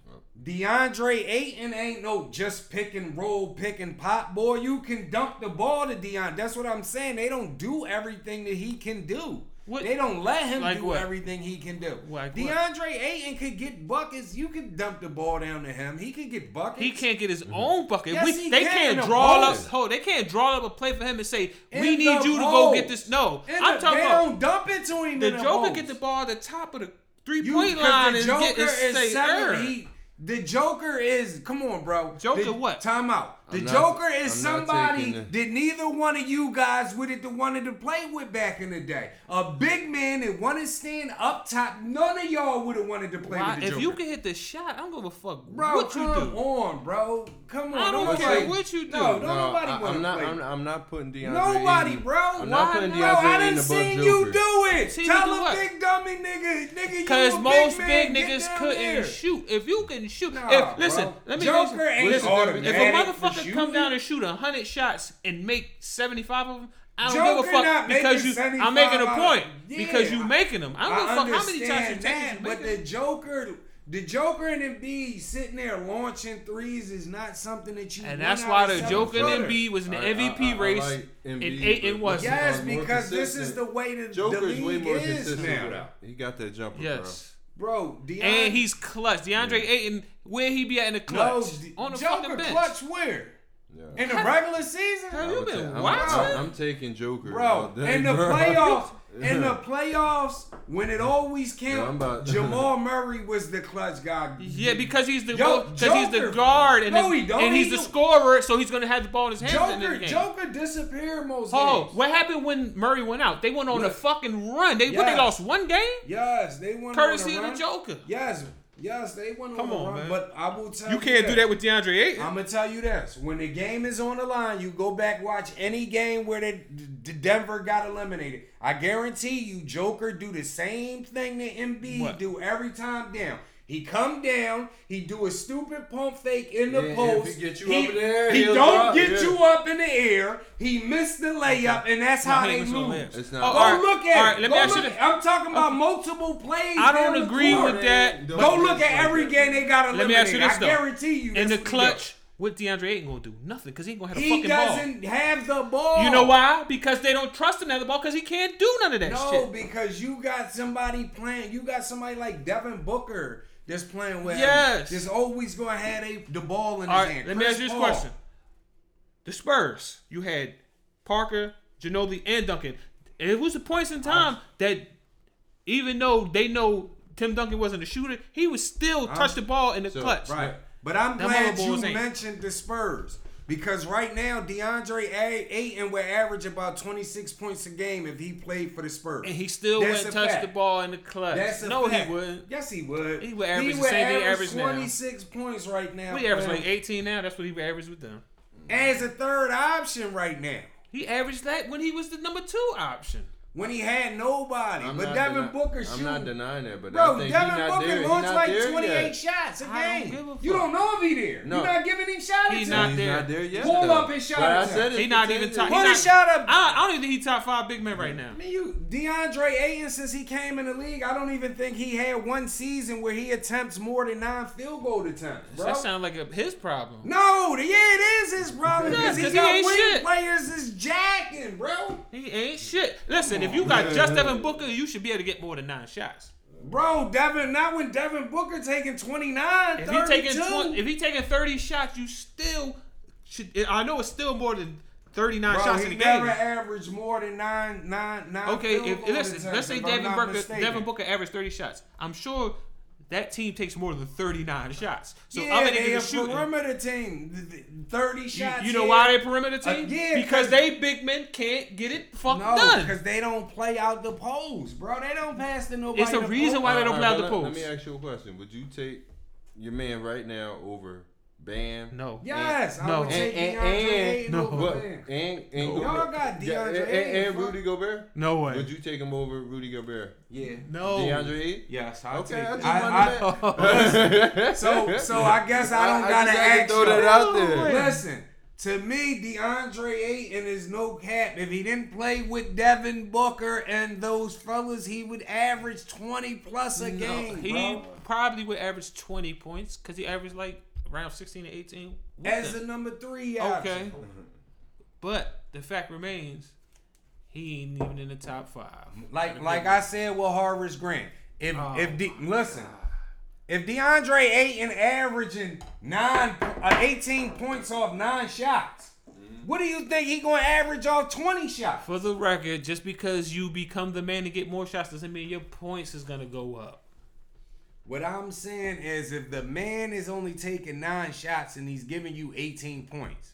S2: DeAndre Ayton ain't no just pick and roll, pick and pop boy. You can dump the ball to Deion. That's what I'm saying. They don't do everything that he can do.
S4: What-
S2: They don't let him
S4: Like
S2: do
S4: what?
S2: everything he can do.
S4: Like what?
S2: DeAndre Ayton could get buckets. You can dump the ball down to him. He can get buckets.
S4: He can't get his own bucket.
S2: Mm-hmm. Yes,
S4: we,
S2: he
S4: they
S2: can in
S4: can't
S2: a
S4: draw up.
S2: bonus.
S4: Hold, they can't draw up a play for him and say,
S2: In
S4: "We need
S2: the
S4: you to go get this." No,
S2: In
S4: I'm
S2: the-
S4: talking
S2: they
S4: about
S2: don't dump it to him.
S4: the
S2: in
S4: Joker
S2: post.
S4: get the ball at the top of the three
S2: You-
S4: point
S2: 'cause
S4: line
S2: the
S4: and
S2: Joker
S4: get and
S2: is
S4: say,
S2: seven.
S4: "Er."
S2: He- the Joker is come on, bro.
S4: Joker
S2: the,
S4: what?
S2: Time out. The
S3: I'm not-
S2: Joker is
S3: I'm not
S2: somebody
S3: taking the-
S2: that neither one of you guys would have wanted to play with back in the day. A big man that wanted to stand up top. None of y'all would have wanted to play
S4: Why-
S2: with the
S4: if
S2: Joker.
S4: you can hit the shot, I don't give a fuck
S2: bro,
S4: what you
S2: come
S4: do.
S2: on, bro. Come on.
S4: I don't
S2: nobody-
S4: care what you do.
S2: No, don't nobody
S3: I,
S2: want to
S3: am not.
S2: play.
S3: I'm, I'm not putting DeAndre.
S2: Nobody,
S3: Ayton-
S2: bro.
S3: I'm not
S4: Why
S3: putting
S4: not?
S2: Bro,
S3: DeAndre
S2: I
S3: Ayton
S2: done
S3: above
S2: seen
S3: Joker.
S2: you do it.
S4: Seen
S2: Tell
S4: you do
S2: a
S4: what?
S2: big dummy nigga, nigga, you
S4: Because
S2: a
S4: most
S2: big, man.
S4: big,
S2: Get
S4: niggas
S2: down
S4: couldn't
S2: there.
S4: shoot. If you can shoot,
S2: Nah,
S4: if listen,
S2: bro.
S4: let me
S2: Joker
S4: listen.
S2: ain't
S4: listen, If a
S2: automatic for
S4: motherfucker come
S2: shooting.
S4: down and shoot hundred shots and make seventy five of them, I don't
S2: Joker
S4: give a
S2: not
S4: fuck because
S2: making
S4: you.
S2: 75
S4: I'm making a
S2: out of-
S4: point
S2: Yeah,
S4: because you
S2: I-
S4: making them. I don't give
S2: I
S4: a fuck how many times you
S2: understand
S4: take it,
S2: that,
S4: you
S2: but
S4: making
S2: the
S4: them.
S2: Joker, the Joker and Embiid sitting there launching threes is not something that you.
S4: And
S2: want
S4: that's
S2: out
S4: why
S2: of
S4: the
S2: seven
S4: Joker and
S2: footer.
S4: Embiid was in the
S3: I- I- I-
S4: MVP
S3: I
S4: race
S3: like
S4: and
S3: Embiid,
S4: eight
S3: but-
S4: and was
S2: Yes,
S3: Joker's more
S2: because this is
S3: consistent.
S2: the way that the
S3: Joker's
S2: league
S3: way more
S2: is
S3: consistent
S2: now.
S3: without. He got that jumper,
S4: Yes.
S2: Bro, Deion,
S4: And he's clutch. DeAndre Ayton, where he be at in the
S2: no,
S4: clutch?
S2: D-
S4: on the
S2: Joker
S4: fucking bench.
S2: clutch where
S3: bro. Yeah.
S2: in the regular season.
S4: Have
S3: I
S4: you
S3: would say-
S4: been
S3: I'm-
S4: watching?
S3: I'm taking Joker,
S2: Bro,
S3: all day,
S2: in the
S3: bro.
S2: playoffs, in the
S3: Yeah.
S2: playoffs, when it always
S3: I'm
S2: counted,
S3: about-
S2: Jamal Murray was the clutch guy.
S4: Yeah, because he's the
S2: Yo,
S4: because he's
S2: Joker.
S4: the guard and,
S2: No,
S4: the-
S2: he don't.
S4: and he's
S2: He
S4: the
S2: do-
S4: scorer, so he's gonna have the ball in his hands. at the end of
S2: Joker,
S4: the game.
S2: Joker disappeared most
S4: Oh,
S2: games.
S4: what happened when Murray went out? They went on a
S2: Look.
S4: fucking run. They what,
S2: Yeah.
S4: they lost one game
S2: Yes, they won. on
S4: courtesy
S2: a
S4: of
S2: run.
S4: the Joker.
S2: Yes, yes, they won.
S4: Come
S2: a
S4: on,
S2: run,
S4: man.
S2: But I will tell you,
S4: with DeAndre Ayton.
S2: I'm gonna tell you this: when the game is on the line, you go back watch any game where the D- Denver got eliminated. I guarantee you, Joker do the same thing that Embiid
S4: What?
S2: do every time down. He come down, he do a stupid pump fake in
S3: Yeah,
S2: the
S3: if
S2: post.
S3: he get you
S2: he,
S3: up in the air,
S2: he
S3: he'll
S2: don't
S3: drop,
S2: get
S3: yeah.
S2: you up in the air. He missed the layup, and that's how they lose.
S3: It's
S2: Go
S3: not-
S4: Oh, all right,
S2: look at
S4: all right,
S2: it.
S4: Let
S2: Go
S4: me ask you
S2: look-
S4: this.
S2: I'm talking about multiple plays.
S4: I
S2: down
S4: don't
S2: the
S4: agree
S2: court.
S4: with that.
S3: Don't-
S2: Go look at every game they got eliminated.
S4: Let me ask you this
S2: I
S4: though.
S2: guarantee you.
S4: In
S2: that's
S4: the
S2: what he
S4: clutch, what DeAndre Ayton gonna do? Nothing, because he ain't gonna have a
S2: He
S4: fucking ball.
S2: doesn't have the ball.
S4: You know why? Because they don't trust him to have the ball because he can't do none of that
S2: No,
S4: shit.
S2: because you got somebody playing. You got somebody like Devin Booker that's playing with. him.
S4: Yes.
S2: That's always going to have a, the ball in
S4: All
S2: his
S4: right,
S2: hand.
S4: let me
S2: Chris
S4: ask you this
S2: Paul.
S4: question. The Spurs, you had Parker, Ginobili, and Duncan. It was the points in time that even though they know Tim Duncan wasn't a shooter, he was still touch the ball in the
S3: so,
S4: clutch.
S2: Right. But I'm
S4: Them
S2: glad
S4: other
S2: you
S4: boys ain't.
S2: mentioned the Spurs. Because right now, DeAndre A- Ayton would average about 26 points a game if he played for the Spurs.
S4: And he still
S2: That's
S4: wouldn't
S2: a
S4: touch
S2: fact.
S4: the ball in the clutch.
S2: That's a
S4: no,
S2: fact.
S4: he wouldn't.
S2: Yes, he would.
S4: He would average the same thing he averaged now.
S2: 26 points right now.
S4: We average
S2: man.
S4: like 18 now. That's what he averaged with them.
S2: as a third option right now.
S4: He averaged that when he was the number two option.
S2: when he had nobody.
S3: I'm
S2: but
S3: not
S2: Devin
S3: deni-
S2: Booker
S3: I'm not
S2: shoot.
S3: denying that, but I
S2: Bro,
S3: think
S2: Devin
S3: he not
S2: Booker
S3: there. He
S2: launched
S3: not
S2: like
S3: there
S2: 28
S3: yet.
S2: shots a game.
S4: I don't give a
S2: You
S4: fuck.
S2: don't know if he there.
S3: No.
S2: You're not giving him shot attempts.
S4: He's not
S3: He's
S4: there.
S3: not there yet.
S2: Pull
S3: though.
S2: up his shot
S3: But I
S2: attempt.
S3: said it's
S4: He not even top.
S3: potential.
S4: he
S2: Put
S4: not-
S2: his shot up.
S4: I, I don't even think he top five big men right now.
S2: I mean, you DeAndre Ayton since he came in the league, I don't even think he had one season where he attempts more than nine field goal attempts, bro.
S4: That sound like a, his problem.
S2: no, yeah, it is his problem
S4: Yeah,
S2: because he
S4: 'cause he
S2: got
S4: ain't
S2: wing
S4: shit.
S2: players is jacking, bro.
S4: He ain't shit. Listen, if you got just Devin Booker, you should be able to get more than nine shots.
S2: Bro, Devin, not when Devin Booker taking 29,
S4: If he
S2: 32.
S4: taking twen- if he taking thirty shots, you still should. I know it's still more than thirty nine
S2: Bro,
S4: shots
S2: he
S4: in a
S2: never
S4: game.
S2: averaged more than nine, nine, nine.
S4: Okay,
S2: field
S4: if
S2: goal
S4: listen,
S2: attempts,
S4: let's say
S2: if I'm
S4: Devin
S2: not
S4: Booker
S2: mistaken.
S4: Devin Booker averaged thirty shots. I'm sure that team takes more than thirty nine shots. So
S2: yeah,
S4: other
S2: they a
S4: niggas is shooting.
S2: perimeter team. Th- th- 30
S4: You,
S2: shots.
S4: you know
S2: here.
S4: why they perimeter team?
S2: yeah,
S4: because
S2: 'cause-
S4: they big men can't get it fuck
S2: No,
S4: done.
S2: because they don't play out the poles, bro. They don't pass to nobody.
S4: It's the
S2: in
S4: reason
S2: post.
S4: why they don't
S3: Alright,
S4: play out the
S3: let- Let
S4: post.
S3: me ask you a question. Would you take your man right now over Bam?
S4: No.
S2: Yes, I
S4: No.
S2: would take
S3: And-
S2: DeAndre
S3: and-
S2: Ayton
S4: no.
S2: over
S3: What?
S2: Bam.
S3: And and
S2: Y'all
S3: Gobert.
S2: got
S3: Yeah,
S2: DeAndre
S3: and,
S2: Ayton,
S3: and
S2: fuck.
S3: Rudy Gobert.
S4: No way.
S3: Would you take him over Rudy Gobert?
S2: Yeah.
S4: no.
S3: DeAndre Ayton.
S2: Yes, I'll
S3: Okay, I just
S2: I- I-
S3: wanted that.
S2: So, so I guess I don't
S3: I
S2: gotta
S3: just had to
S2: ask
S3: throw that
S2: you.
S3: out there.
S2: Listen, to me, DeAndre Ayton is no cap. If he didn't play with Devin Booker and those fellas, he would average twenty plus a
S4: No,
S2: game,
S4: he
S2: bro.
S4: probably would average 20 points because he averaged like around 16 to 18. with
S2: As
S4: them.
S2: the number three
S4: okay.
S2: option.
S4: But the fact remains, he ain't even in the top five.
S2: Like like I said with Harvest Grant. If
S4: Oh
S2: if De- listen, if DeAndre Ayton averaging nine uh, 18 points off nine shots, what do you think he gonna average off 20 shots?
S4: For the record, just because you become the man to get more shots doesn't mean your points is going to go up.
S2: What I'm saying is if the man is only taking nine shots and he's giving you 18 points,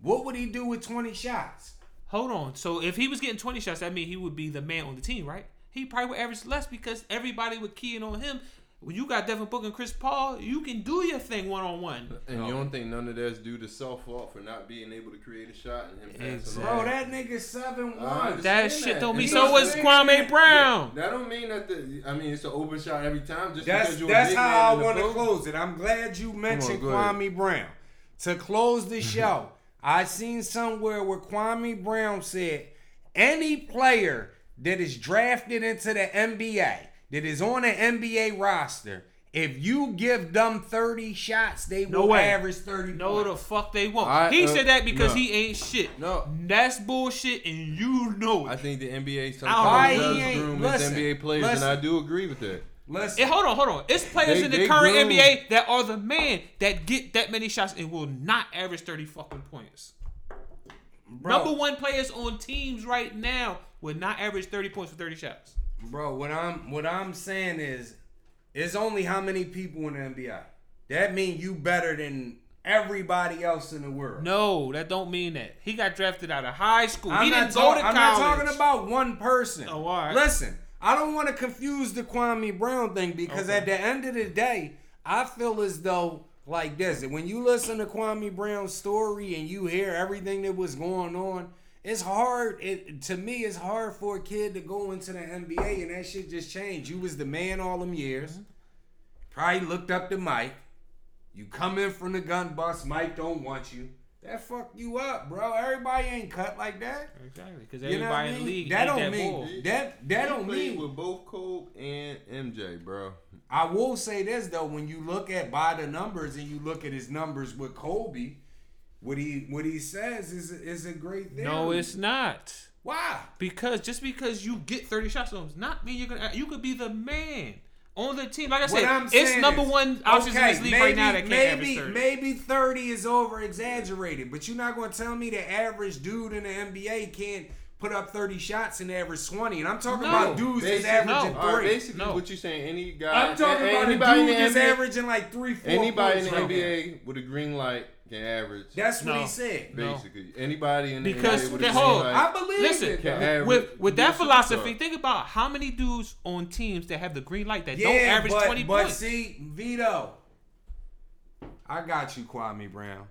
S2: what would he do with 20 shots?
S4: Hold on. So if he was getting 20 shots, that means he would be the man on the team, right? He probably would average less because everybody would key in on him. When you got Devin Booker and Chris Paul, you can do your thing one on one.
S3: And you don't think none of that's due to self fault for not being able to create a shot and him passing
S4: Exactly.
S3: on?
S2: Bro, that nigga 7
S3: I
S2: 1.
S4: That
S3: understand
S4: shit don't
S3: If
S4: mean
S3: he
S4: so
S3: was
S4: was
S3: big,
S4: Kwame Brown.
S3: That don't mean that the. I mean, it's an open shot every time. Just
S2: That's
S3: because you're a
S2: that's
S3: big
S2: how I
S3: man in
S2: want
S3: the
S2: to
S3: post.
S2: close it. I'm glad you mentioned
S3: go ahead.
S2: Kwame Brown. To close the show, I seen somewhere where Kwame Brown said any player that is drafted into the NBA that is on an NBA roster, if you give them 30 shots, they
S4: No
S2: will
S4: way.
S2: average 30.
S4: No, the
S2: points.
S4: fuck they won't.
S3: I-
S4: he
S3: uh,
S4: said that because
S3: no.
S4: he ain't shit.
S3: No.
S4: that's bullshit, and you know it.
S3: I think the NBA
S4: Why
S3: sometimes
S4: he
S3: does
S2: Oh, ain't-
S3: groom
S2: listen,
S3: its NBA players,
S2: listen.
S3: and I do agree with that.
S2: Listen,
S4: Hey, hold on, hold on. It's players
S3: They-
S4: in the
S3: they
S4: current
S3: grown.
S4: NBA that are the man that get that many shots and will not average thirty fucking points.
S2: bro,
S4: Number one players on teams right now will not average thirty points for thirty shots.
S2: bro. What I'm what I'm saying is, it's only how many people in the NBA. That mean you better than everybody else in the world.
S4: No, that don't mean that. He got drafted out of high school.
S2: I'm
S4: he
S2: not
S4: didn't go
S2: talk-
S4: to
S2: I'm
S4: college.
S2: not talking about one person.
S4: Oh, all right.
S2: Listen, I don't want to confuse the Kwame Brown thing because
S4: Okay.
S2: at the end of the day, I feel as though like this. When you listen to Kwame Brown's story and you hear everything that was going on, it's hard. It to me, it's hard for a kid to go into the NBA and that shit just changed. You was the man all them years. Probably looked up to Mike. You come in from the gun bus, Mike don't want you. That fuck you up, bro. Everybody ain't cut like that.
S4: exactly because
S2: You
S4: everybody
S2: know what I
S4: in the
S2: mean?
S4: league
S2: that
S4: ain't
S2: don't
S4: that
S2: mean
S4: ball.
S2: that that
S3: He
S2: don't
S3: played
S2: mean.
S3: with both Kobe and MJ, bro.
S2: I will say this though, when you look at by the numbers and you look at his numbers with Kobe, what he what he says is is a great thing.
S4: No, it's not.
S2: why.
S4: Because just because you get 30 shots on does not mean you're gonna you could be the man on the team. Like I
S2: What
S4: said,
S2: I'm
S4: it's
S2: saying
S4: number
S2: is,
S4: one options in this league right now that can't
S2: maybe,
S4: average 30.
S2: Maybe 30 is over exaggerated, but you're not going to tell me the average dude in the NBA can't put up 30 shots and average 20. And I'm talking
S4: No.
S2: about dudes that's
S3: Basically-
S2: averaging
S4: no.
S3: All right,
S2: three.
S3: basically,
S4: No.
S3: what you saying? Any guy,
S2: I'm talking
S3: a-
S2: about a dude
S3: anybody in
S2: that's
S3: the NBA,
S2: averaging like three, four
S3: anybody in
S2: points
S3: the
S2: right now.
S3: NBA with a green light can average.
S2: That's what
S4: No.
S2: he said.
S4: No.
S3: basically anybody in the
S4: Because
S3: NBA with a
S4: the
S3: green
S4: whole-
S3: light.
S2: I believe
S4: Listen,
S2: it.
S3: can average-
S4: with with
S3: be a
S4: that philosophy,
S3: superstar.
S4: think about how many dudes on teams that have the green light that
S2: Yeah,
S4: don't average
S2: but,
S4: 20
S2: but
S4: points.
S2: see, Vito, I got you, Kwame Brown.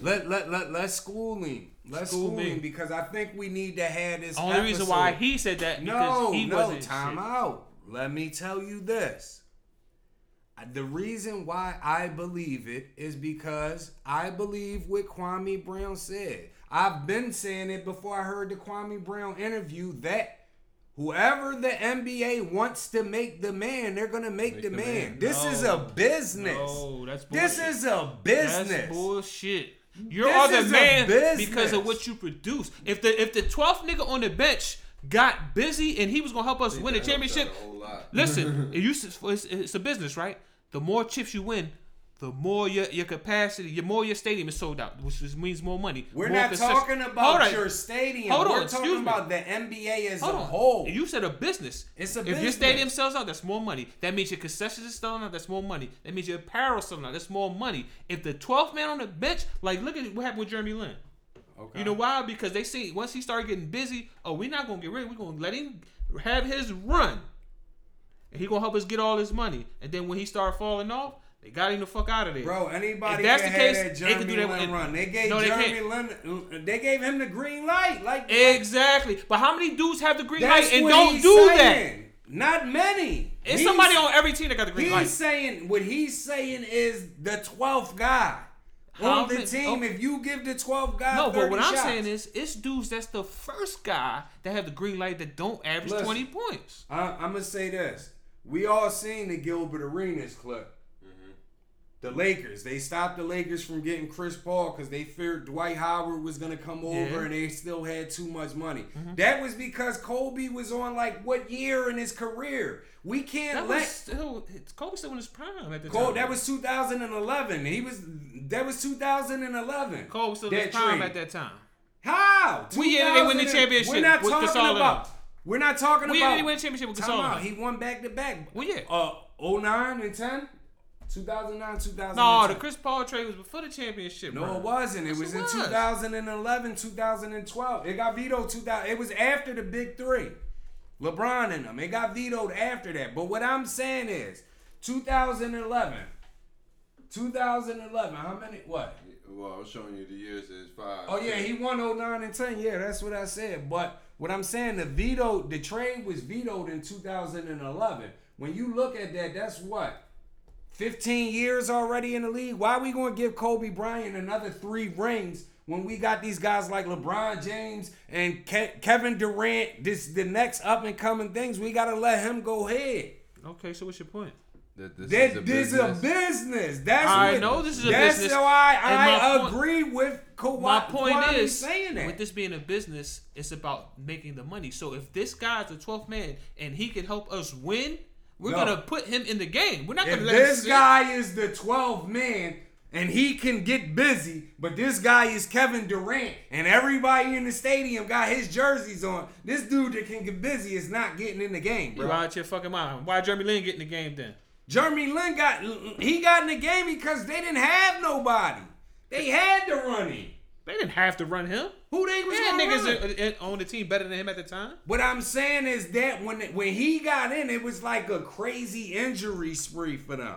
S2: Let let let let school him. Let
S4: School
S2: school,
S4: me.
S2: him because I think we need to have this.
S4: Only reason why
S2: episode.
S4: he said that because
S2: no
S4: he
S2: no
S4: wasn't
S2: time
S4: shit.
S2: out. Let me tell you this. I- The reason why I believe it is because I believe what Kwame Brown said. I've been saying it before I heard the Kwame Brown interview that whoever the NBA wants to make the man, they're gonna make, the, man. This is
S4: No.
S2: a business.
S4: No, that's bullshit.
S2: This is a business.
S4: That's bullshit. You're
S2: This
S4: all the
S2: is a
S4: man
S2: business.
S4: because of what you produce. If the if the twelfth nigga on the bench got busy and he was gonna help us win a
S3: That helped out
S4: championship,
S3: A whole lot.
S4: listen, it used to- it's, it's a business, right? The more chips you win, the more your your capacity, the more your stadium is sold out, which just means more money.
S2: We're
S4: more
S2: not
S4: consist-
S2: talking about
S4: Hold on.
S2: your stadium.
S4: Hold on,
S2: We're
S4: excuse
S2: talking
S4: me.
S2: about the NBA as
S4: Hold
S2: a
S4: on.
S2: whole.
S4: You said a business.
S2: It's a
S4: if your
S2: business.
S4: stadium sells out, that's more money. That means your concessions is selling out. That's more money. That means your apparel selling out. That's more money. If the 12th man on the bench, like look at what happened with Jeremy Lin.
S2: okay.
S4: You know why? Because they see once he started getting busy, oh, we're not gonna get rid. of We're gonna let him have his run, and he gonna help us get all his money. And then when he started falling off, they got him the fuck out of there.
S2: Bro, anybody
S4: If that's
S2: can
S4: the
S2: have
S4: case,
S2: that
S4: they
S2: Jeremy
S4: can do that
S2: Lin
S4: with-
S2: run. They gave
S4: No, they
S2: Jeremy Lin, they gave him the green light. Like
S4: Exactly. But how many dudes have the green
S2: that's
S4: light and
S2: what
S4: don't
S2: he's
S4: do that?
S2: saying. Not many.
S4: It's
S2: He's-
S4: somebody on every team that got the green
S2: He's
S4: light.
S2: saying what he's saying is the twelfth guy
S4: How
S2: on the
S4: many-
S2: team.
S4: oh.
S2: If you give the twelfth guy,
S4: No, but what
S2: 30
S4: I'm
S2: shots-
S4: saying is, it's dudes that's the first guy that have the green light that don't average
S2: Listen.
S4: 20 points.
S2: I, I'm gonna say this: we all seen the Gilbert Arenas clip. The Lakers, they stopped the Lakers from getting Chris Paul because they feared Dwight Howard was gonna come over,
S4: Yeah. Mm-hmm.
S2: and they still had too much money. That was because Kobe was on like what year in his career? We can't
S4: That
S2: let
S4: was still it's- Kobe still in his prime at the
S2: Cole,
S4: time.
S2: that was 2011. He was that was 2011.
S4: Kobe still in
S2: That
S4: his prime
S2: trade.
S4: at that time.
S2: How?
S4: What year did they win the
S2: 2000
S4: championship
S2: We're not
S4: with
S2: talking
S4: Gasol in
S2: about.
S4: it?
S2: We're not talking
S4: What year
S2: about.
S4: did he win the championship with
S2: Time
S4: Gasol in
S2: out.
S4: it?
S2: He won back to back.
S4: Well, yeah.
S2: Uh, 09 and 10? 2009, 2010.
S4: No, the Chris Paul trade was before the championship.
S2: No,
S4: run.
S2: it wasn't. It
S4: Yes,
S2: was
S4: it
S2: in
S4: was.
S2: 2011, 2012. It got vetoed 2000. It was after the big three, LeBron and them. It got vetoed after that. But what I'm saying is, 2011, 2011. How many? What?
S3: Well, I was showing you the years as five.
S2: Oh yeah, he won 09 and 10. Yeah, that's what I said. But what I'm saying, the veto, the trade was vetoed in 2011. When you look at that, that's what 15 years already in the league. Why are we going to give Kobe Bryant another three rings when we got these guys like LeBron James and Ke- Kevin Durant? This the next up and coming things. We got to let him go ahead.
S4: Okay, so what's your point?
S3: That this,
S2: That
S3: is a
S2: this is a
S3: business.
S2: business. That's
S4: I
S2: what,
S4: know this is a
S2: that's
S4: business.
S2: why
S4: And my
S2: I
S4: point-
S2: agree with Kawhi.
S4: My point
S2: Kwame
S4: is,
S2: saying that.
S4: with this being a business, it's about making the money. So if this guy's the 12th man and he can help us win, we're
S2: No.
S4: gonna put him in the game. We're not
S2: If
S4: gonna let him
S2: this
S4: sit.
S2: guy is the 12 man and he can get busy, but this guy is Kevin Durant and everybody in the stadium got his jerseys on. This dude that can get busy is not getting in the game,
S4: You're
S2: bro.
S4: out your fucking mind. Why Jeremy Lin get in the game then?
S2: Jeremy Lin got he got in the game because they didn't have nobody. They had to run him.
S4: They didn't have to run him.
S2: Who they was
S4: Yeah,
S2: gonna run?
S4: niggas uh, uh, on the team better than him at the time.
S2: What I'm saying is that when when he got in, it was like a crazy injury spree for them.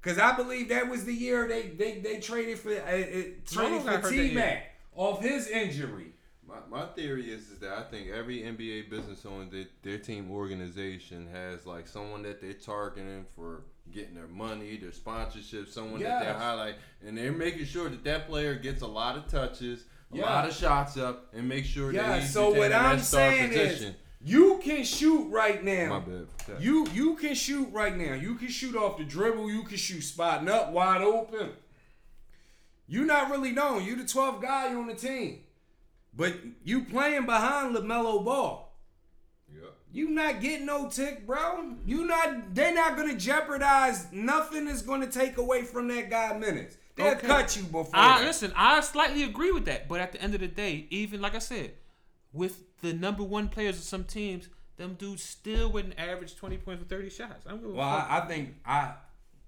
S2: Cause I believe that was the year they they, they traded for uh, uh, traded
S4: got
S2: for
S4: hurt that year.
S2: T Mac off his injury.
S3: My, my theory is, is that I think every NBA business owner, their, their team organization has like someone that they're targeting for getting their money, their sponsorship, someone that
S2: Yes.
S3: they highlight, and they're making sure that that player gets a lot of touches, a
S2: Yeah.
S3: lot of shots up, and make sure
S2: Yeah.
S3: that he's
S2: So what
S3: in
S2: I'm
S3: that star
S2: saying
S3: position.
S2: is, you can shoot right now.
S3: my bad. Yeah.
S2: You you can shoot right now. You can shoot off the dribble. You can shoot spotting up, wide open. you not really known. You the 12th guy on the team, but you playing behind Lamelo Ball.
S3: Yep.
S2: You not getting no tick, bro. You not. They not gonna jeopardize. Nothing is gonna take away from that guy minutes. They'll
S4: Okay.
S2: cut you before.
S4: I
S2: that.
S4: listen. I slightly agree with that, but at the end of the day, even like I said, with the number one players of some teams, them dudes still wouldn't average twenty points for thirty shots. I'm gonna.
S2: Well, I, I think I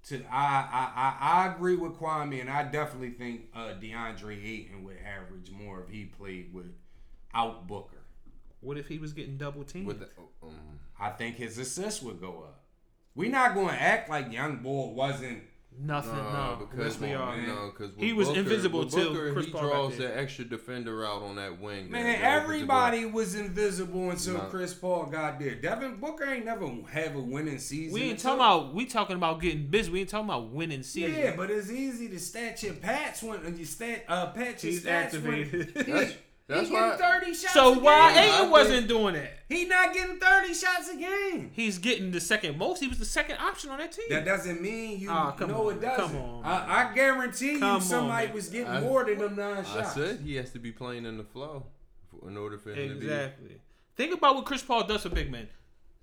S2: to I, I I I agree with Kwame, and I definitely think uh, DeAndre Ayton would average more if he played with out Booker.
S4: what if he was getting double teamed?
S3: With the, oh, um,
S2: I think his assists would go up. we not going to act like Young Boy wasn't
S4: Nothing. No,
S3: because
S4: yes, we are.
S2: man.
S3: No, because
S4: He was invisible
S3: with
S4: till
S3: Booker,
S4: Chris
S3: he
S4: Paul got
S3: draws
S4: there.
S3: the extra defender out on that wing.
S2: Man,
S3: there, the offensive
S2: everybody was invisible until
S3: Nah.
S2: Chris Paul got there. Devin Booker ain't never have a winning season.
S4: We ain't
S2: until-
S4: talking about. We talking about getting busy. We ain't talking about winning season.
S2: Yeah, but it's easy to stat your pats when and you stat uh pat your
S4: He's
S2: stats
S4: activated.
S2: when
S3: That's- that's
S2: he getting
S3: why-
S2: thirty shots.
S4: so
S2: a
S4: why
S2: game.
S3: I
S4: Aiden
S3: think-
S4: wasn't doing that?
S2: he not getting thirty shots a game?
S4: He's getting the second most. He was the second option on that team.
S2: That doesn't mean you.
S4: Ah, come
S2: no,
S4: on,
S2: it
S4: man.
S2: doesn't.
S4: Come on,
S2: I, I guarantee you,
S4: Come on,
S2: somebody
S4: man.
S2: was getting
S3: I-
S2: more than them nine
S3: board. I
S2: shots.
S3: said he has to be playing in the flow for- in order for him to
S4: Exactly. Think about what Chris Paul does for big men.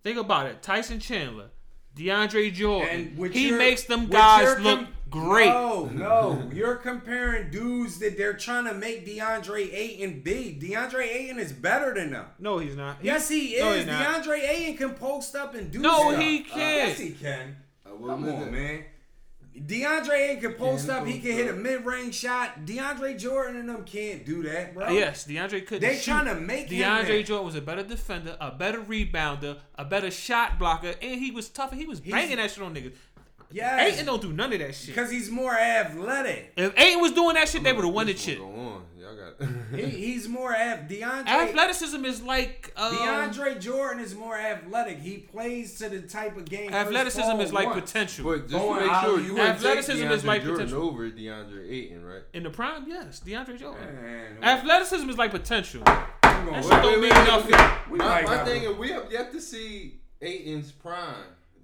S4: Think about it. Tyson Chandler, DeAndre Jordan.
S2: with
S4: He
S2: your-
S4: makes them
S2: with
S4: guys
S2: your
S4: look
S2: com- Oh.
S4: great.
S2: No, no, you're comparing dudes that they're trying to make DeAndre Ayton be. DeAndre Ayton is better than them.
S4: No, he's not.
S2: Yes, he is.
S4: No, he's not.
S2: DeAndre Ayton can post up and do
S4: No,
S2: stuff. Uh,
S4: he can't.
S2: yes, he can.
S3: be.
S2: Come on, man. DeAndre Ayton can post up. He
S3: post
S2: can hit a
S3: up.
S2: mid-range shot. DeAndre Jordan and them can't do that, bro.
S4: Yes, DeAndre couldn't.
S2: They
S4: shoot.
S2: tryna make him
S4: DeAndre
S2: that.
S4: Jordan was a better defender, a better rebounder, a better shot blocker, and he was tougher. He was banging that shit on niggas.
S2: Yes.
S4: Ayton don't do none of that shit.
S2: Because he's more athletic.
S4: If Ayton was doing that shit, they would have won the
S3: This
S4: shit.
S3: one Go on. Y'all got
S2: He, he's more ath. DeAndre.
S4: Athleticism is like um,
S2: DeAndre Jordan is more athletic. He plays to the type of game. Chris
S4: athleticism
S2: Paul
S4: is like
S2: wants.
S4: potential.
S3: But just
S2: Go on,
S3: to make sure
S2: Ali,
S3: you
S2: you
S3: wouldn't
S4: athleticism
S3: take
S4: is
S3: DeAndre
S4: like
S3: Jordan
S4: potential.
S3: over DeAndre Ayton, right?
S4: In the prime, yes, DeAndre Jordan.
S2: Man,
S4: Athleticism is like potential.
S2: we're gonna-
S4: That shit
S3: Wait, wait,
S4: don't mean
S3: wait, wait,
S4: nothing.
S2: we
S3: My,
S2: might
S3: my
S2: not-
S3: thing is we have yet to see Ayton's prime.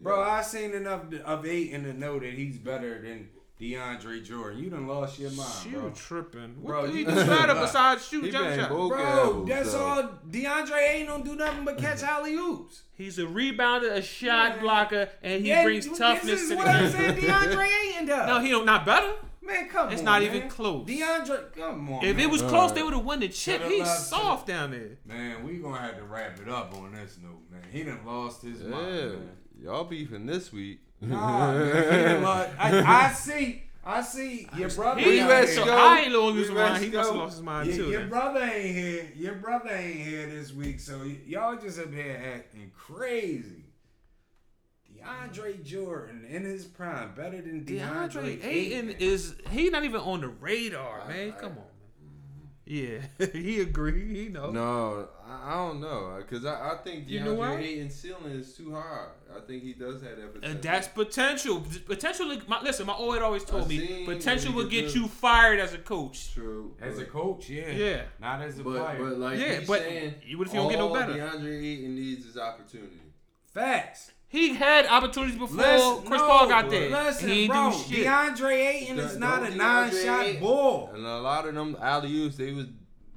S2: Bro, I seen enough of Aiton to know that he's better than DeAndre Jordan. You done lost your mind,
S4: You
S2: bro.
S4: tripping? What
S2: Bro,
S4: do you
S2: you
S4: do
S2: tripping.
S4: better besides shoot
S3: He
S4: jump
S3: been
S4: shot?
S3: both-
S2: Bro,
S3: Okay,
S2: that's
S3: so-
S2: all. DeAndre ain't don't do nothing but catch alley oops.
S4: He's a rebounder, a shot
S2: Yeah.
S4: blocker, and he brings
S2: This
S4: toughness
S2: is
S4: to the
S2: what I'm
S4: game.
S2: saying. DeAndre Ayton does.
S4: No, he don't. Not better.
S2: man, come on.
S4: It's not
S2: man.
S4: even close.
S2: DeAndre, come on.
S4: If
S2: man.
S4: it was close, they would have won the chip.
S2: Shoulda
S4: He's
S2: loved to.
S4: soft down there.
S2: man, we gonna have to wrap it up on this note, man. He done lost his
S3: Yeah,
S2: mind. Man.
S3: y'all beefing this week.
S2: Nah, man, he done lost. I, I see. I see. Your brother.
S4: He
S2: out
S3: let's
S2: here.
S4: so
S3: go.
S4: I ain't lose his
S3: We
S4: mind.
S3: let's
S4: He must have
S3: go.
S4: lost his mind
S2: Your,
S4: too.
S2: your
S4: then.
S2: brother ain't here. Your brother ain't here this week, so y- y'all just up here acting crazy. DeAndre Jordan in his prime, better than DeAndre,
S4: DeAndre
S2: Ayton.
S4: Ayton is he not even on the radar, man? Come on, man. Yeah, he agreed. He know.
S3: No, I, I don't know, cause I, I think DeAndre
S4: Oh. You know why?
S3: Ayton's ceiling is too high. I think he does have that potential.
S4: And that's potential. Potential. My, listen, my old head always told
S3: I
S4: me
S3: seen
S4: potential
S3: what he
S4: will
S3: could
S4: get
S3: do.
S4: you fired as a coach.
S3: true.
S2: as a
S3: but-
S2: coach, yeah,
S4: Yeah.
S2: not as a
S3: but,
S2: player.
S3: but like
S4: Yeah,
S3: he's
S4: but
S3: saying,
S4: you- what if you don't get no
S3: all
S4: better?
S3: DeAndre Ayton needs his opportunity.
S2: Facts.
S4: He had opportunities before
S2: Listen,
S4: Chris
S2: no,
S4: Paul got there.
S2: Listen,
S4: he didn't
S2: bro,
S4: do shit.
S2: DeAndre Ayton is
S3: Don't-
S2: not a
S3: don't DeAndre
S2: nine-shot
S3: Ayton-
S2: ball.
S3: And a lot of them alley oops, they was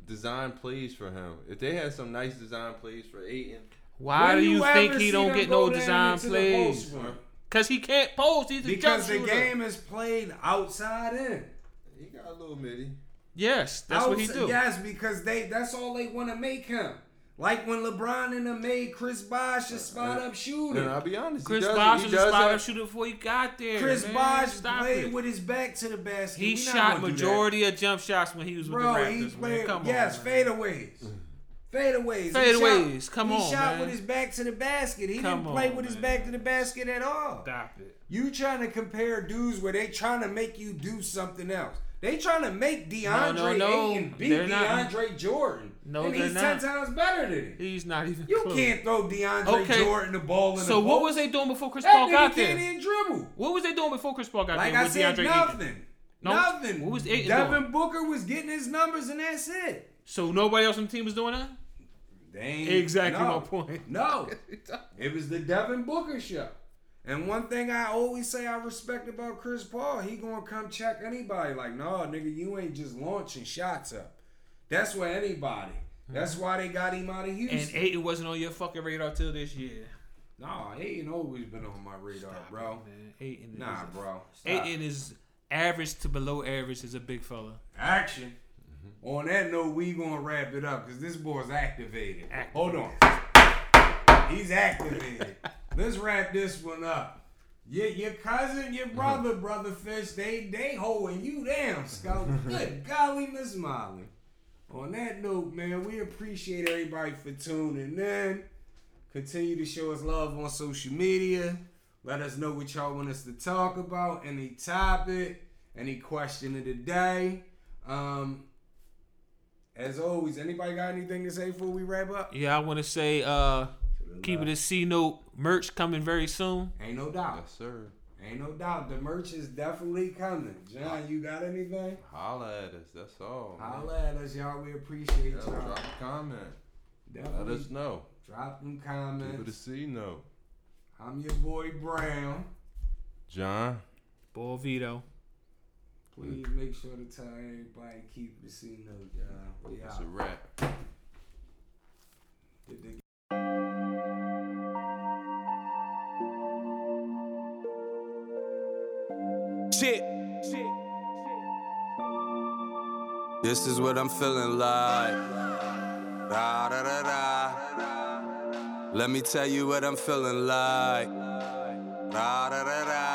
S3: design plays for him. If they had some nice design plays for Ayton,
S4: Why
S2: When
S4: do you, think
S2: ever
S4: he
S2: see
S4: don't
S2: them
S4: get
S2: go
S4: no
S2: down
S4: design
S2: into the post
S4: plays?
S2: one?
S4: Because he can't post. He's a
S2: Because the
S4: jump shooter.
S2: game is played outside in.
S3: he got a little mitty.
S4: Yes, that's what he
S2: Outs-
S4: do.
S2: Yes, because they that's all they want to make him. Like when LeBron and them made Chris Bosh a spot up
S3: And
S2: shooter.
S3: I'll be honest,
S4: Chris
S3: he does,
S4: Bosh
S3: he
S4: was a
S3: does
S4: spot up
S3: have-
S4: shooter before he got there.
S2: Chris
S4: man.
S2: Bosh
S4: Stop
S2: played
S4: it.
S2: with his back to the basket.
S4: He
S2: We not
S4: shot
S2: gonna do that.
S4: majority of jump shots when he was with
S2: Bro,
S4: the
S2: he
S4: Raptors.
S2: played
S4: man. Come
S2: yes
S4: on, man.
S2: fadeaways, fadeaways, He
S4: Fadeaways,
S2: shot-
S4: come
S2: he
S4: on,
S2: shot
S4: man.
S2: with his back to the basket. He
S4: Come
S2: didn't play
S4: on,
S2: with his
S4: man.
S2: back to the basket at all.
S4: Stop it.
S2: You trying to compare dudes where they trying to make you do something else. They trying to make DeAndre
S4: no, no.
S2: Ayton beat
S4: They're not.
S2: DeAndre Jordan.
S4: No,
S2: and
S4: they're
S2: he's
S4: not.
S2: ten times better than him.
S4: He's not even.
S2: You
S4: close.
S2: can't throw DeAndre
S4: Okay.
S2: Jordan the ball in the
S4: So what
S2: post.
S4: was they doing before Chris
S2: That
S4: Paul
S2: nigga
S4: got
S2: can't
S4: there?
S2: even dribble.
S4: What was they doing before Chris Paul got
S2: Like
S4: there?
S2: I
S4: with
S2: said,
S4: DeAndre Ayton?
S2: nothing.
S4: No.
S2: Nothing.
S4: What was Ayton
S2: Devin Booker was getting his numbers and that's it.
S4: So nobody else on the team was doing that.
S2: They ain't-
S4: Exactly
S2: no.
S4: my point.
S2: No. It was the Devin Booker show. And one thing I always say I respect about Chris Paul, he gonna come check anybody. Like, no, nigga, you ain't just launching shots up. That's where anybody. That's why they got him out of Houston.
S4: And Ayton wasn't on your fucking radar till this year.
S2: nah, he ain't always been on my radar, bro.
S4: Man, Ayton. is
S2: Nah,
S4: a-
S2: bro. Stop.
S4: Ayton is average to below average is a big fella.
S2: Action. On that note, we gonna wrap it up because this boy's activated.
S4: Activated.
S2: Hold on. He's activated. Let's wrap this one up. Your, your cousin, your brother, brother Fish, they they holding you down, Scout. Good golly, Miss Molly. On that note, man, we appreciate everybody for tuning in. Continue to show us love on social media. Let us know what y'all want us to talk about, any topic, any question of the day. Um, as always, anybody got anything to say before we wrap up?
S4: Yeah, I want to say, uh, keep it a C note merch coming very soon.
S2: Ain't no doubt.
S3: Yes, sir.
S2: Ain't no doubt. The merch is definitely coming. John, you got anything?
S3: Holla at us. That's all. man.
S2: Holla at us, y'all. We appreciate
S3: Yeah,
S2: y'all.
S3: drop a comment. Let
S2: Definitely
S3: us know.
S2: drop them
S3: People to
S2: comments.
S3: see know.
S2: I'm your boy Brown.
S3: John.
S4: Ball Vito.
S2: Please make sure to tell everybody keep the scene note, y'all. We
S3: It's
S2: out.
S3: a wrap.
S2: Did they-
S1: Shit. This is what I'm feeling like. Da, da, da, da. Let me tell you what I'm feeling like. Da, da, da, da.